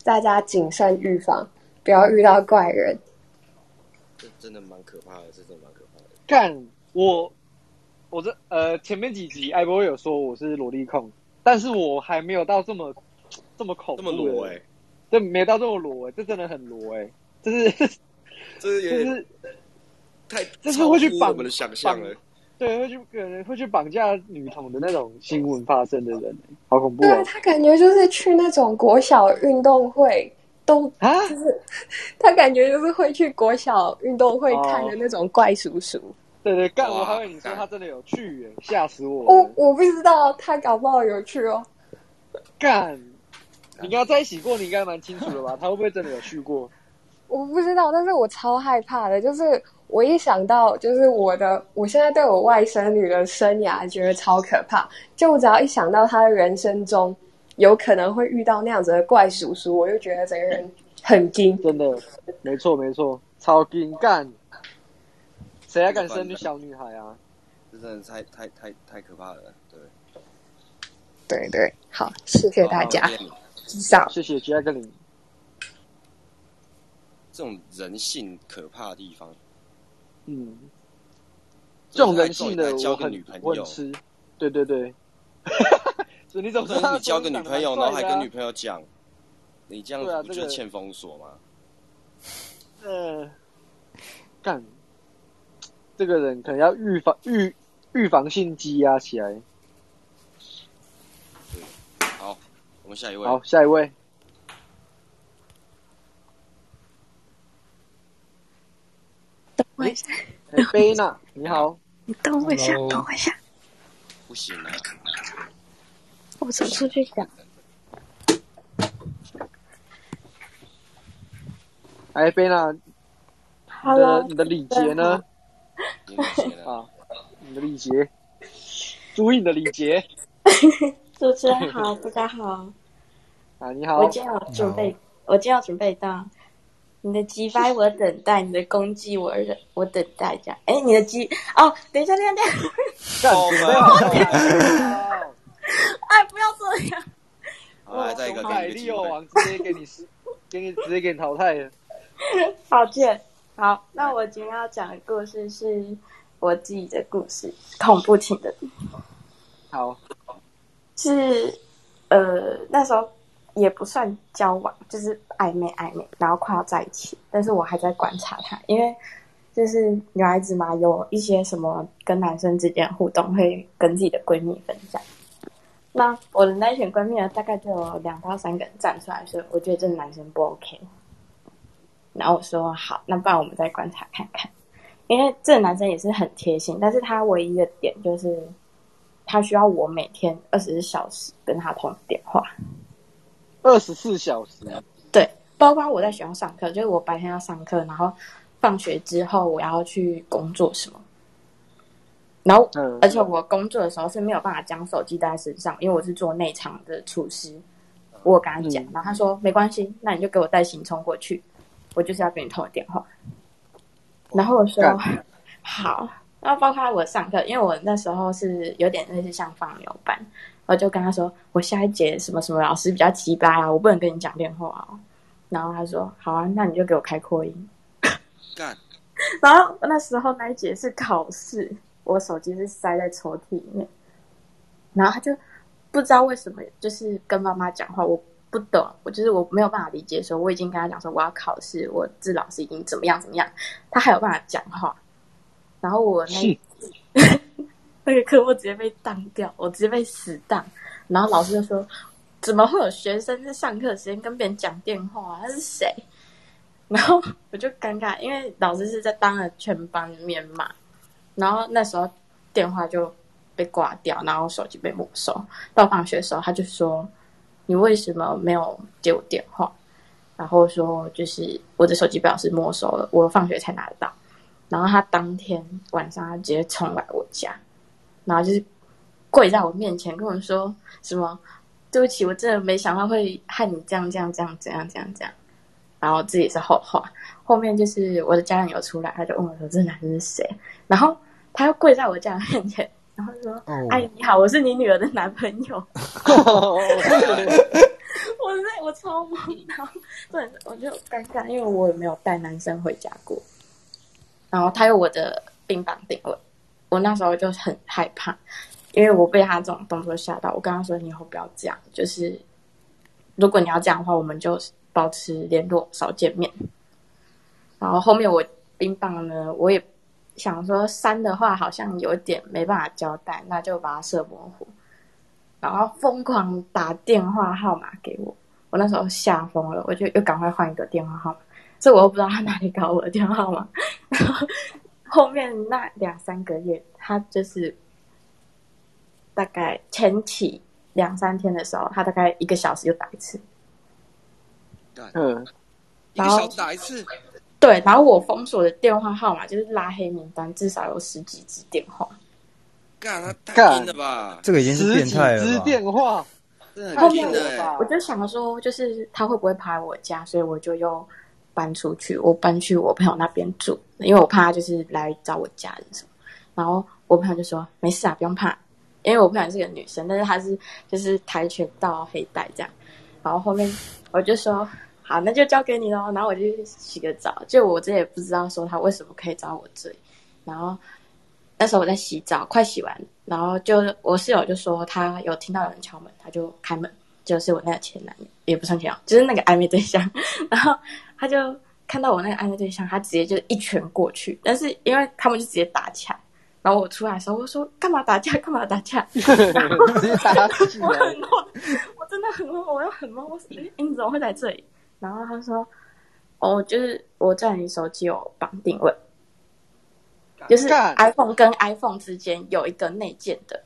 Speaker 15: 大家谨慎预防，不要遇到怪人。
Speaker 1: 这真的蛮可怕的，这真的蛮可怕的。
Speaker 2: 干我，我这呃前面几集艾博有说我是萝莉控，但是我还没有到这么这么恐怖，
Speaker 1: 这么裸哎、
Speaker 2: 这没到这么裸哎、这真的很裸哎、这是
Speaker 1: 这是有
Speaker 2: 就
Speaker 1: 点
Speaker 2: 是
Speaker 1: 太
Speaker 2: 这是会去
Speaker 1: 超乎
Speaker 2: 绑
Speaker 1: 我们的想象了。
Speaker 2: 对会去可能会去绑架女童的那种新闻发生的人，好恐怖
Speaker 15: 对
Speaker 2: 哦
Speaker 15: 啊，！他感觉就是去那种国小运动会都，就是 他感觉就是会去国小运动会看的那种怪叔叔。
Speaker 2: 对对，干我还以为你说他真的有去耶，吓死我了！
Speaker 15: 我我不知道他搞不好有去哦。
Speaker 2: 干，你跟他在一起过，你应该蛮清楚的吧？他会不会真的有去过？
Speaker 15: 我不知道，但是我超害怕的，就是我一想到就是我的，我现在对我外甥女的生涯觉得超可怕。就我只要一想到她的人生中有可能会遇到那样子的怪叔叔，我就觉得整个人很惊，
Speaker 2: 真的，没错没错，超劲干，谁还敢生
Speaker 1: 这个版本
Speaker 2: 小女孩啊？
Speaker 1: 这真的太太太太可怕了，对。
Speaker 15: 对对，好，谢谢大家，至少
Speaker 2: 谢谢 j a g l i n
Speaker 1: 这种人性可怕的地方，
Speaker 2: 嗯，这种人性
Speaker 1: 就是
Speaker 2: 的
Speaker 1: 爱
Speaker 2: 我
Speaker 1: 交个
Speaker 2: 很
Speaker 1: 女朋
Speaker 2: 我很
Speaker 1: 友，
Speaker 2: 吃，对对对。所以你怎么知道
Speaker 1: 或者
Speaker 2: 他
Speaker 1: 你交个
Speaker 2: 长
Speaker 1: 女
Speaker 2: 得
Speaker 1: 朋友，
Speaker 2: 蛮
Speaker 1: 然后
Speaker 2: 帅
Speaker 1: 还
Speaker 2: 的
Speaker 1: 跟
Speaker 2: 啊
Speaker 1: 女朋友讲，你这样
Speaker 2: 对啊
Speaker 1: 子不
Speaker 2: 这
Speaker 1: 就
Speaker 2: 个
Speaker 1: 欠封锁吗？
Speaker 2: 呃，干，这个人可能要预防预预防性积压起来。
Speaker 1: 好，我们下一位。
Speaker 2: 好，下一位，
Speaker 6: 等我一下，
Speaker 2: 哎贝娜，你好，
Speaker 6: 你等我一下，等我一下。
Speaker 1: 不行啊！
Speaker 6: 我走出去讲，
Speaker 2: 哎，贝娜，你
Speaker 6: Hello，
Speaker 2: 的你的礼节呢？啊，你的礼节，注意你的礼节
Speaker 16: 主持人好，大家好，
Speaker 2: 啊！你
Speaker 16: 我
Speaker 2: 好，
Speaker 16: 今天有准备，我今天有准备到你的击败我等待，你的攻击我忍我等待，这样。哎，你的击哦，等一下，等一下，等一下，
Speaker 2: 干准备好了，
Speaker 16: 哎，不要这样，
Speaker 1: 好，来再一个，
Speaker 2: 海
Speaker 1: 给你一个
Speaker 2: 利
Speaker 1: 机
Speaker 2: 奥
Speaker 1: 会。
Speaker 2: 王直接给你是， 给你直接给你淘汰了。
Speaker 16: 抱歉。好，那我今天要讲的故事是我自己的故事，恐怖情人。
Speaker 2: 好，
Speaker 16: 是呃那时候也不算交往，就是暧昧暧昧，然后快要在一起，但是我还在观察他，因为就是女孩子嘛，有一些什么跟男生之间的互动会跟自己的闺蜜分享。那我的那一群闺蜜呢，大概就有两到三个人站出来说，我觉得这个男生不 OK。然后我说好，那不然我们再观察看看，因为这个男生也是很贴心，但是他唯一的点就是他需要我每天二十四小时跟他通电话。
Speaker 2: 二十四小时，啊
Speaker 16: 对，包括我在学校上课，就是我白天要上课，然后放学之后我要去工作什么，然后呃而且我工作的时候是没有办法将手机带在身上，因为我是做内场的厨师，我有跟他讲，然后他说没关系，那你就给我带行充过去，我就是要给你通个电话。然后我说 好，然后包括我上课，因为我那时候是有点类似像放牛班，我就跟他说我下一节什么什么老师比较奇葩啊，我不能跟你讲电话哦。然后他说好啊，那你就给我开扩音。
Speaker 1: 干，
Speaker 16: 然后那时候那一节是考试，我手机是塞在抽屉里面，然后他就不知道为什么，就是跟妈妈讲话，我不懂，我就是我没有办法理解说，我已经跟他讲说我要考试，我这老师已经怎么样怎么样，他还有办法讲话，然后我那那个科目直接被当掉，我直接被死当，然后老师就说。怎么会有学生在上课时间跟别人讲电话、啊？他是谁？然后我就尴尬，因为老师是在当着全班面骂，然后那时候电话就被挂掉，然后手机被没收。到放学的时候，他就说：“你为什么没有接我电话？”然后说：“就是我的手机被老师没收了，我放学才拿得到。”然后他当天晚上，他直接冲来我家，然后就是跪在我面前跟我说什么：“对不起，我真的没想到会害你这样这样这样这样这样这样。”然后自己是后话。后面就是我的家人有出来，他就问我说：“这男生是谁？”然后他又跪在我家人面前，哎然后说：“
Speaker 3: 哦
Speaker 16: 阿姨你好，我是你女儿的男朋友。哦 我是我超懵，然后 对，我就尴尬，因为我也没有带男生回家过。然后他有我的冰绑定位，我那时候就很害怕，因为我被他这种动作吓到。我跟他说：“你以后不要这样，就是如果你要这样的话，我们就保持联络，少见面。”然后后面我冰棒呢，我也想说删的话好像有点没办法交代，那就把它设模糊，然后疯狂打电话号码给我。我那时候吓疯了，我就又赶快换一个电话号码，这我又不知道他哪里搞我的电话号码。 然后后面那两三个月，他就是大概前期两三天的时候，他大概一个小时就打一次，
Speaker 1: 干，
Speaker 2: 嗯，
Speaker 1: 一个
Speaker 16: 然后
Speaker 1: 小时打一次，
Speaker 16: 对，然后我封锁的电话号码就是拉黑名单，至少有十几支电话。
Speaker 1: 干他太
Speaker 2: 干
Speaker 1: 硬了吧？
Speaker 3: 这个已经是变态
Speaker 2: 十几
Speaker 3: 了
Speaker 2: 支
Speaker 3: 吧？
Speaker 2: 电话，
Speaker 1: 太
Speaker 16: 后面
Speaker 1: 硬了
Speaker 16: 我我就想说，就是他会不会跑来我家，所以我就又搬出去，我搬去我朋友那边住，因为我啊怕他就是来找我家人什么。然后我朋友就说没事啊，不用怕，因为我朋友是个女生，但是她是就是跆拳道黑带这样。然后后面我就说好，那就交给你喽。然后我就去洗个澡，就我这也不知道说他为什么可以找我这里。然后那时候我在洗澡，快洗完，然后就我室友就说他有听到有人敲门，他就开门，就是我那个前男友，也不算前男友，就是那个暧昧对象。 然后他就看到我那个暧昧对象，他直接就一拳过去，但是因为他们就直接打起来。然后我出来的时候，我说干嘛打架？干嘛打架？ 然后
Speaker 2: 直接打起
Speaker 16: 我
Speaker 2: 来
Speaker 16: 很，懵，我真的很懵，我又很懵，我说诶你怎么会来这里？然后他说哦，就是我在你手机有绑定位，就是
Speaker 2: 干
Speaker 16: iPhone 跟 iPhone 之间有一个内建的，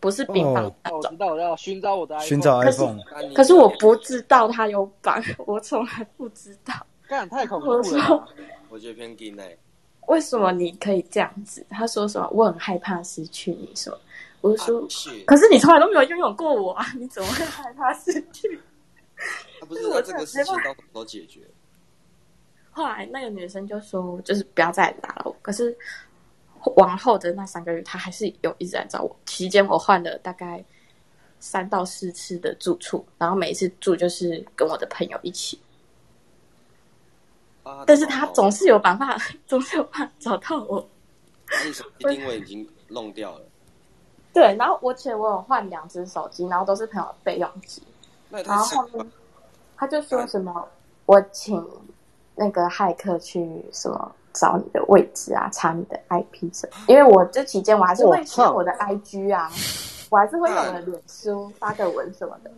Speaker 16: 不是冰棒
Speaker 3: 哦
Speaker 16: 那
Speaker 2: 我知道，我知道，寻找我的 iPhone，
Speaker 3: 寻找 iPhone
Speaker 16: 可是我不知道他有绑，我从来不知道。
Speaker 2: 干太恐
Speaker 16: 怖了吧！
Speaker 1: 我觉得偏硬哎、
Speaker 16: 为什么你可以这样子？他说什么？我很害怕失去你。什么？我就
Speaker 2: 啊
Speaker 16: 说，可是你从啊来都没有拥有过我啊，你怎么会害怕失去？
Speaker 1: 他不是
Speaker 16: 就是
Speaker 1: 那
Speaker 16: 我
Speaker 1: 这
Speaker 16: 真的
Speaker 1: 个事情
Speaker 16: 没办法
Speaker 1: 到什么时候解决？
Speaker 16: 后来那个女生就说，就是不要再打了我。可是往后的那三个月，她还是有一直来找我。期间我换了大概三到四次的住处，然后每一次住就是跟我的朋友一起。
Speaker 1: 啊，
Speaker 16: 但是她总是有办法， 总是有办法找到我。
Speaker 1: 那你手机定位已经弄掉了，
Speaker 16: 对，然后我且我有换两只手机，然后都是朋友备用机。
Speaker 1: 那也太
Speaker 16: 然后
Speaker 1: 扯
Speaker 16: 后面他就说什么，我请那个骇客去什么找你的位置啊，查你的 IP 什么。
Speaker 3: 啊
Speaker 16: 因为我这期间我还是会学我的 IG 啊，我还是会用我的脸书发个文什么的。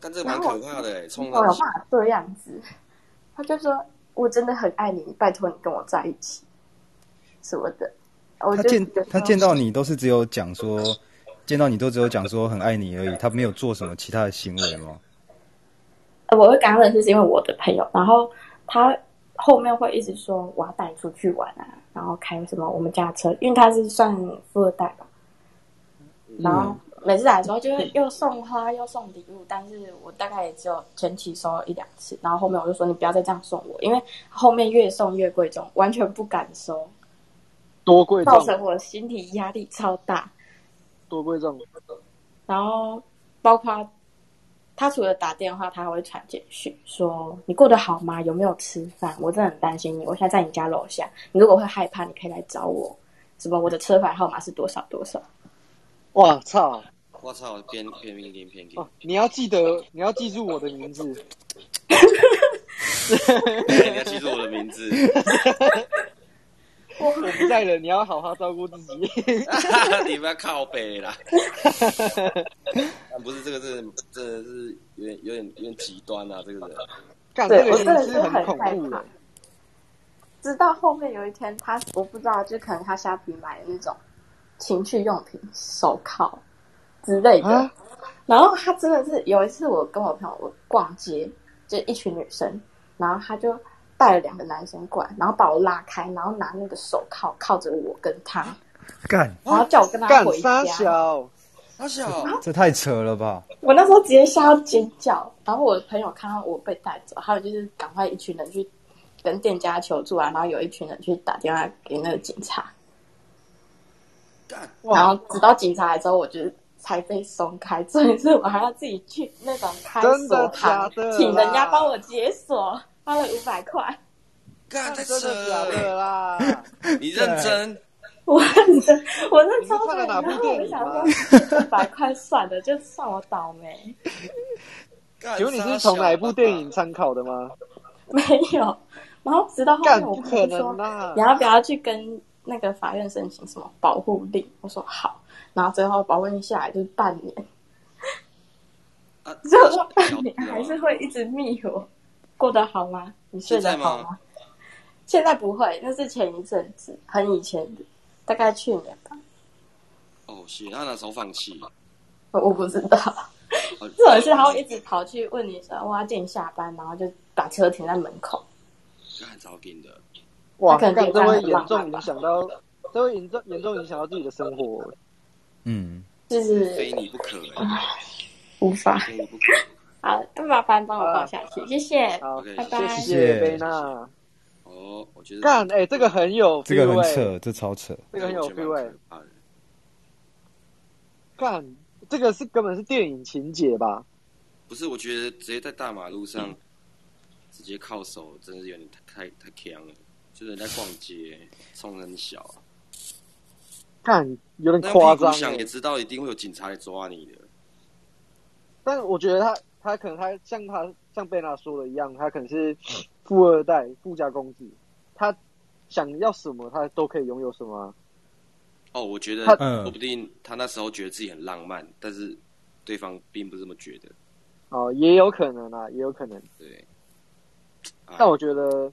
Speaker 1: 但这个蛮可怕的哎、欸，冲
Speaker 16: 我有办
Speaker 1: 上去
Speaker 16: 法这样子？他就说我真的很爱你，拜托你跟我在一起什么的。我
Speaker 3: 他
Speaker 16: 就
Speaker 3: 见
Speaker 16: 觉得
Speaker 3: 他见到你都是只有讲说，见到你都只有讲说很爱你而已，他没有做什么其他的行为吗？
Speaker 16: 呃我会跟他认识是因为我的朋友，然后他后面会一直说我要带你出去玩啊，然后开什么我们家的车，因为他是算富二代吧，
Speaker 2: 嗯
Speaker 16: 然后每次来的时候就会又送花又送礼物，但是我大概也只有前期收了一两次，然后后面我就说你不要再这样送我，因为后面越送越贵重，完全不敢收，
Speaker 2: 多贵
Speaker 16: 造
Speaker 2: 重，啊
Speaker 16: 成我心理压力超大。
Speaker 2: 多贵重，啊
Speaker 16: 然后包括他除了打电话，他还会传简讯说你过得好吗？有没有吃饭？我真的很担心你，我现在在你家楼下，你如果会害怕，你可以来找我。什么我的车牌号码是多少多少？
Speaker 2: 哇操！
Speaker 1: 我操，偏偏偏偏偏偏
Speaker 2: 哦，你要记得，你要记住我的名字。
Speaker 1: 对你要记住我的名字。
Speaker 2: 我不在了，你要好好照顾 自己。
Speaker 1: 你不要靠北 啦！啊不是这个，这个真的是有点、有点、有点极端啊！这个人，
Speaker 2: 干
Speaker 16: 对
Speaker 2: 这
Speaker 16: 我
Speaker 2: 个
Speaker 16: 真
Speaker 2: 已
Speaker 16: 的
Speaker 2: 经
Speaker 16: 是
Speaker 2: 是
Speaker 16: 很
Speaker 2: 很
Speaker 16: 害
Speaker 2: 恐怖欸
Speaker 16: 怕
Speaker 2: 了。。
Speaker 16: 直到后面有一天他，我不知道，就可能他虾皮买的那种情趣用品手铐之类的。
Speaker 2: 啊
Speaker 16: 然后他真的是有一次，我跟我朋友我逛街，就一群女生，然后他就带了两个男生过来，然后把我拉开，然后拿那个手铐铐着我跟他，
Speaker 3: 干，
Speaker 16: 然后叫我跟他
Speaker 2: 啊干
Speaker 16: 回家。
Speaker 2: 三小，
Speaker 1: 三小
Speaker 3: 这太扯了吧！
Speaker 16: 我那时候直接吓到尖叫，然后我朋友看到我被带走，还有就是赶快一群人去跟店家求助啊，然后有一群人去打电话给那个警察，然后直到警察来之后，我就是才被松开，所以是我还要自己去那种开
Speaker 2: 真
Speaker 16: 锁
Speaker 2: 的
Speaker 16: 行
Speaker 2: 假的啦
Speaker 16: 请人家帮我解锁，花了五百块。
Speaker 1: 干
Speaker 2: 太真的假的啦！
Speaker 1: 你认真，
Speaker 16: 我认真，我认超
Speaker 2: 看
Speaker 16: 真
Speaker 2: 了
Speaker 16: 的，
Speaker 2: 哪部
Speaker 16: 然后我
Speaker 2: 电
Speaker 16: 就
Speaker 2: 影
Speaker 16: 想
Speaker 2: 吗
Speaker 16: 说，五百块算了，就算我倒霉。
Speaker 2: 请问你是从哪一部电影参考的吗？
Speaker 16: 没有。然后直到后面，
Speaker 2: 干
Speaker 16: 我
Speaker 2: 不
Speaker 16: 朋
Speaker 2: 可
Speaker 16: 友就说
Speaker 2: 能啦
Speaker 16: 你要不要去跟那个法院申请什么保护令？我说好。然后最后保护令下来就是半年，
Speaker 1: 呃
Speaker 16: 所以我说半年还是会一直密我，过得好吗？你睡
Speaker 1: 现在
Speaker 16: 得好
Speaker 1: 吗？
Speaker 16: 现在不会，那是前一阵子，很以前的，大概去年吧。
Speaker 1: 哦，行，他那时候放弃。
Speaker 16: 我我不知道，
Speaker 1: 哦
Speaker 16: 这种事他会一直跑去问你说我要接你下班，然后就把车停在门口。
Speaker 1: 干超劲的，
Speaker 2: 哇，
Speaker 16: 他可能
Speaker 2: 干
Speaker 16: 觉
Speaker 2: 这
Speaker 16: 得他
Speaker 2: 会
Speaker 16: 很浪
Speaker 2: 严
Speaker 16: 漫
Speaker 2: 重影响到，这会严重严重影响到自己的生活。
Speaker 3: 嗯，
Speaker 16: 就是
Speaker 1: 非你不
Speaker 2: 嗯
Speaker 1: 可欸、
Speaker 16: 无法。
Speaker 1: 非你不可。
Speaker 16: 好，那麻烦帮我报下去，谢谢，
Speaker 2: 好
Speaker 16: 拜拜，
Speaker 2: 谢谢贝娜。
Speaker 1: 哦，我觉得
Speaker 2: 干，哎，这个很有
Speaker 3: 这个
Speaker 2: feel，
Speaker 3: 很
Speaker 2: 哎
Speaker 3: 扯，这超扯。
Speaker 2: 这个很有 feel 哎。
Speaker 1: 啊，
Speaker 2: 干，这个是根本是电影情节吧？
Speaker 1: 不是，我觉得直接在大马路上
Speaker 16: 嗯
Speaker 1: 直接靠手，真是有点太太太强了。就是人家逛街，冲很小、啊，
Speaker 2: 干，有点
Speaker 1: 那
Speaker 2: 夸
Speaker 1: 屁股
Speaker 2: 张
Speaker 1: 想
Speaker 2: 哎
Speaker 1: 也。知道一定会有警察来抓你的。
Speaker 2: 但我觉得他他可能他像他像贝娜说的一样，他可能是富二代、富家公子，他想要什么他都可以拥有什么啊、
Speaker 1: 哦，我觉得
Speaker 2: 他
Speaker 1: 说不定他那时候觉得自己很浪漫，但是对方并不这么觉得。
Speaker 2: 哦，也有可能啊，也有可能。
Speaker 1: 对，
Speaker 2: 但我觉得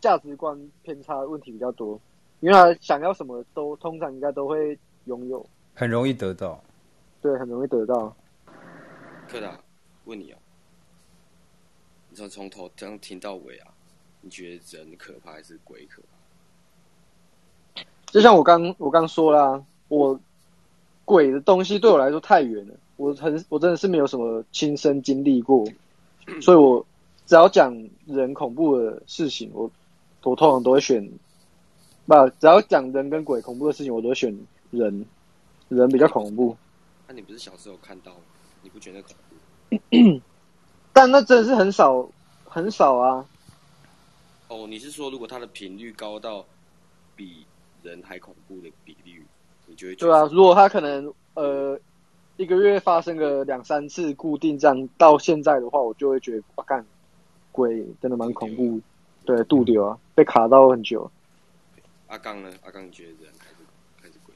Speaker 2: 价值观偏差问题比较多，因为他想要什么都通常应该都会拥有。
Speaker 3: 很容易得到。
Speaker 2: 对，很容易得到。
Speaker 1: 克达，问你哦，你从从头这样听到尾啊，你觉得人可怕还是鬼可怕？
Speaker 2: 就像我刚我刚说啦、我鬼的东西对我来说太远了，我很我真的是没有什么亲身经历过，所以我只要讲人恐怖的事情，我我通常都会选，不，只要讲人跟鬼恐怖的事情，我都会选人，人比较恐怖。
Speaker 1: 那、啊你不是小时候有看到吗？你不觉得恐怖？
Speaker 2: 但那真的是很少很少啊，
Speaker 1: 哦，你是说如果它的频率高到比人还恐怖的比率，你就会觉
Speaker 2: 对
Speaker 1: 得
Speaker 2: 啊，如果他可能呃一个月发生个两三次固定这样，到现在的话，我就会觉得哇，干鬼真的蛮恐怖，对，渡流啊，被卡到很久。
Speaker 1: 阿刚呢？阿刚，你觉得人还是还是鬼？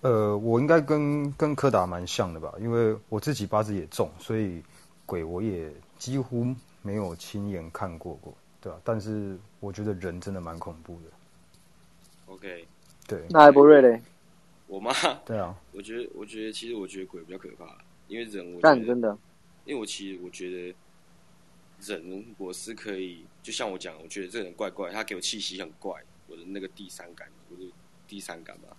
Speaker 3: 呃，我应该跟跟柯达蛮像的吧，因为我自己八字也重，所以鬼我也几乎没有亲眼看过过，对吧、但是我觉得人真的蛮恐怖的，
Speaker 1: OK，
Speaker 3: 对。
Speaker 2: 那艾博瑞嘞？
Speaker 1: 我妈，
Speaker 3: 对啊，
Speaker 1: 我觉得，我觉得，其实我觉得鬼比较可怕，因为人我觉
Speaker 2: 干
Speaker 1: 得
Speaker 2: 真的，
Speaker 1: 因为我其实我觉得人我是可以，就像我讲，我觉得这个人怪怪，他给我气息很怪，我的那个第三感，我的第三感吧，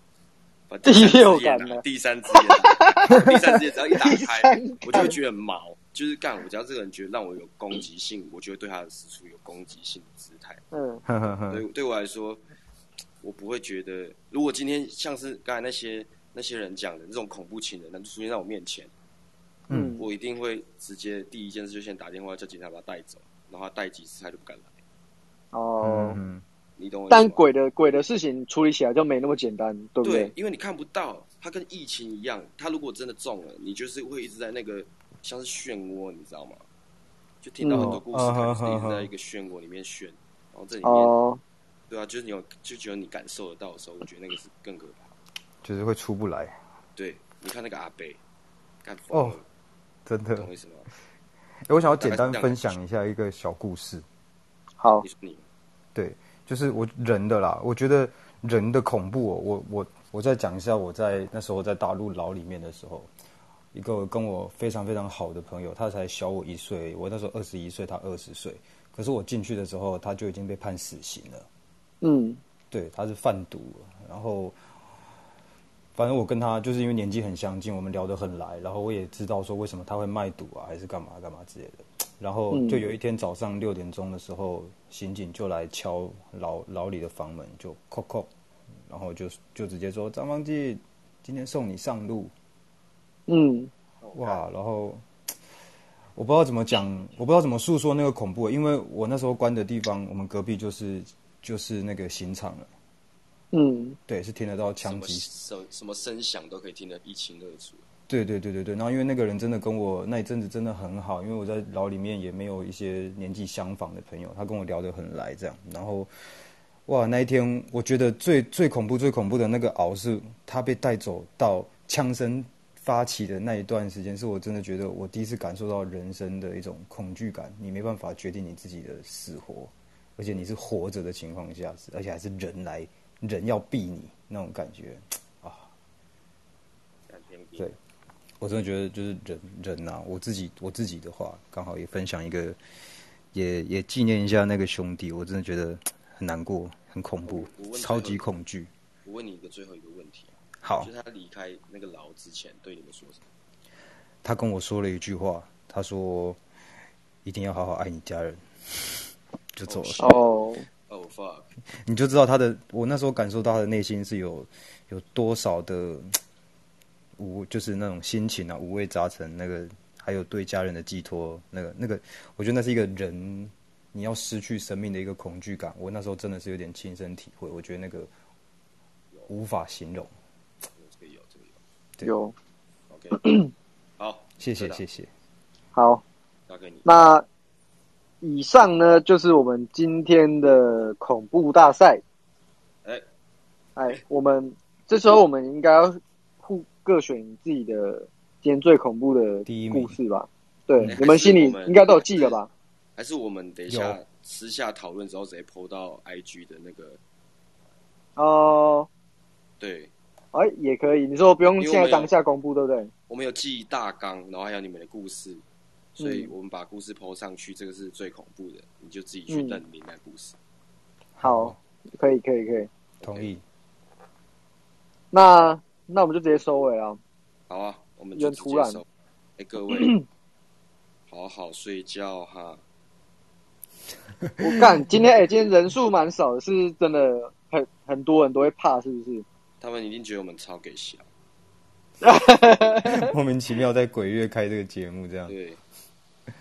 Speaker 1: 把
Speaker 2: 第
Speaker 1: 三只
Speaker 2: 六
Speaker 1: 眼
Speaker 2: 感
Speaker 1: 啊
Speaker 2: 呢
Speaker 1: 第三只眼啊，第三只眼只要一打
Speaker 2: 第三
Speaker 1: 开
Speaker 2: 感，
Speaker 1: 我就会觉得很毛，就是干，我只要这个人觉得让我有攻击性，我就会对他使出有攻击性的姿态。
Speaker 2: 嗯
Speaker 3: 呵呵呵
Speaker 1: 对对我来说，我不会觉得，如果今天像是刚才那些那些人讲的那种恐怖情人，那就出现在我面前，
Speaker 3: 嗯
Speaker 1: 我一定会直接第一件事就先打电话叫警察把他带走，然后他带几次他就不敢来，
Speaker 2: 哦，
Speaker 1: 你懂我意思
Speaker 2: 但
Speaker 1: 吗？
Speaker 2: 鬼的鬼的事情处理起来就没那么简单，对不
Speaker 1: 对？因为你看不到，它跟疫情一样，它如果真的中了，你就是会一直在那个像是漩涡，你知道吗？就听到很多
Speaker 3: 嗯
Speaker 1: 故事，它就是一直在一个漩涡里面旋，然后这里面，
Speaker 2: 哦
Speaker 1: 对啊，就是你有就只有你感受得到的时候，我觉得那个是更可怕。
Speaker 3: 就是会出不来
Speaker 1: 对，你看那个阿贝，干疯
Speaker 3: 哦
Speaker 1: 了，
Speaker 3: 真的。
Speaker 1: 嗯懂我意思吗？
Speaker 3: 诶我想要简单分享一下一个小故事。
Speaker 2: 好，
Speaker 1: 你说你
Speaker 3: 对，就是我人的啦，我觉得人的恐怖、哦，我我我再讲一下，我在那时候在大陆牢里面的时候，一个跟我非常非常好的朋友，他才小我一岁，我那时候二十一岁，他二十岁，可是我进去的时候他就已经被判死刑了。
Speaker 2: 嗯，
Speaker 3: 对，他是贩毒，然后反正我跟他就是因为年纪很相近，我们聊得很来，然后我也知道说为什么他会卖毒啊，还是干嘛干嘛之类的。然后
Speaker 2: 嗯
Speaker 3: 就有一天早上六点钟的时候，刑警就来敲牢牢里的房门，就扣扣，然后就就直接说张方进，今天送你上路。
Speaker 2: 嗯，
Speaker 3: 哇，然后我不知道怎么讲，我不知道怎么诉说那个恐怖，因为我那时候关的地方，我们隔壁就是就是那个刑场了。
Speaker 2: 嗯，
Speaker 3: 对，是听得到
Speaker 1: 什
Speaker 3: 枪
Speaker 1: 么
Speaker 3: 击
Speaker 1: 什什么声响都可以听得一清二楚。
Speaker 3: 对对对对对，然后因为那个人真的跟我那一阵子真的很好，因为我在牢里面也没有一些年纪相仿的朋友，他跟我聊得很来这样。然后，哇，那一天我觉得最最恐怖、最恐怖的那个熬是他被带走到枪声发起的那一段时间，是我真的觉得我第一次感受到人生的一种恐惧感，你没办法决定你自己的死活，而且你是活着的情况下，而且还是人来人要逼你那种感觉。
Speaker 1: 干天地
Speaker 3: 对，我真的觉得就是人人呐、我自己我自己的话，刚好也分享一个，也也纪念一下那个兄弟，我真的觉得很难过，很恐怖
Speaker 1: 我问，最后
Speaker 3: 超级恐惧。
Speaker 1: 我问你一个最后一个问题，啊
Speaker 3: 好
Speaker 1: 就是他离开那个牢之前对你们说什么？
Speaker 3: 他跟我说了一句话，他说一定要好好爱你家人，就走了。
Speaker 2: 哦，
Speaker 1: 哦 fuck，
Speaker 3: 你就知道他的，我那时候感受到他的内心是有有多少的无，就是那种心情啊，五味杂陈，那个还有对家人的寄托，那个那个，我觉得那是一个人你要失去生命的一个恐惧感。我那时候真的是有点亲身体会，我觉得那个无法形容。
Speaker 1: 这个有这个有
Speaker 2: 有，
Speaker 1: ，OK，好，
Speaker 3: 谢谢
Speaker 1: 知道
Speaker 3: 谢 谢，
Speaker 2: 好，
Speaker 1: 大哥你
Speaker 2: 那以上呢就是我们今天的恐怖大赛。
Speaker 1: 哎
Speaker 2: 哎，我们这时候我们应该要互各选自己的今天最恐怖的故事吧？对
Speaker 1: 哎，
Speaker 2: 你们心
Speaker 1: 还
Speaker 2: 里
Speaker 1: 是我们
Speaker 2: 应该都有记得 吧？
Speaker 1: 还是我们等一下
Speaker 2: 有
Speaker 1: 私下讨论之后直接 PO 到 IG 的那个
Speaker 2: 哦，
Speaker 1: 对，
Speaker 2: 哎，也可以。你说不用现在当下公布，对不对？
Speaker 1: 我们有记大纲，然后还有你们的故
Speaker 3: 嗯
Speaker 1: 事，所以我们把故事抛上去，这个是最恐怖的，你就自己去
Speaker 2: 嗯
Speaker 1: 认明白故事。
Speaker 2: 好，可以，可以，可以。
Speaker 3: 同意。
Speaker 2: 那那我们就直接收尾了。
Speaker 1: 好啊，我们
Speaker 2: 有
Speaker 1: 就
Speaker 2: 点
Speaker 1: 直
Speaker 2: 突
Speaker 1: 接
Speaker 2: 然
Speaker 1: 收。哎，各 位，好好睡觉哈。
Speaker 2: 我干，今天哎、今天人数蛮少的，是真的很很多人都会怕，是不是？
Speaker 1: 他们一定觉得我们超给笑。
Speaker 3: 莫名其妙在鬼月开这个节目，这样
Speaker 1: 对，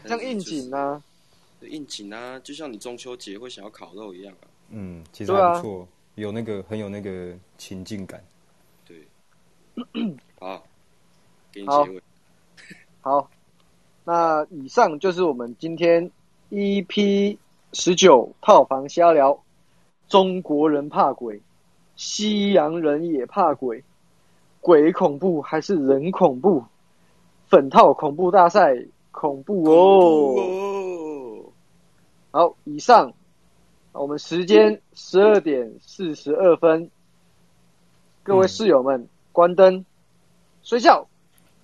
Speaker 2: 这样应景啊呢、
Speaker 1: 应景啊，就像你中秋节会想要烤肉一样啊。
Speaker 3: 嗯，其实
Speaker 1: 对
Speaker 3: 还
Speaker 1: 啊
Speaker 3: 不错，有那个很有那个情境感。
Speaker 1: 对，好，给你
Speaker 2: 好
Speaker 1: 结尾。
Speaker 2: 好，那以上就是我们今天 EP 十九套房瞎聊，中国人怕鬼，西洋人也怕鬼，鬼恐怖还是人恐怖？粉套恐怖大赛恐怖哦！
Speaker 1: 哦
Speaker 2: 好，以上我们时间十二点四十二分，各位室友们、关灯睡觉，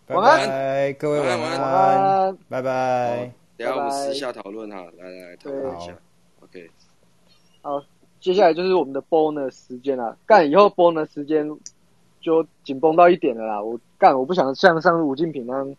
Speaker 3: 拜
Speaker 2: 晚安。
Speaker 3: 拜，各位晚
Speaker 2: 晚安
Speaker 3: 拜拜。
Speaker 1: 等一下我们私
Speaker 2: 拜
Speaker 1: 下讨论哈，来来来讨论一下。OK，
Speaker 2: 好，接下来就是我们的 bonus 时间啦。干，以后 bonus 时间就紧绷到一点了啦。我干，我不想像上次吴敬平那样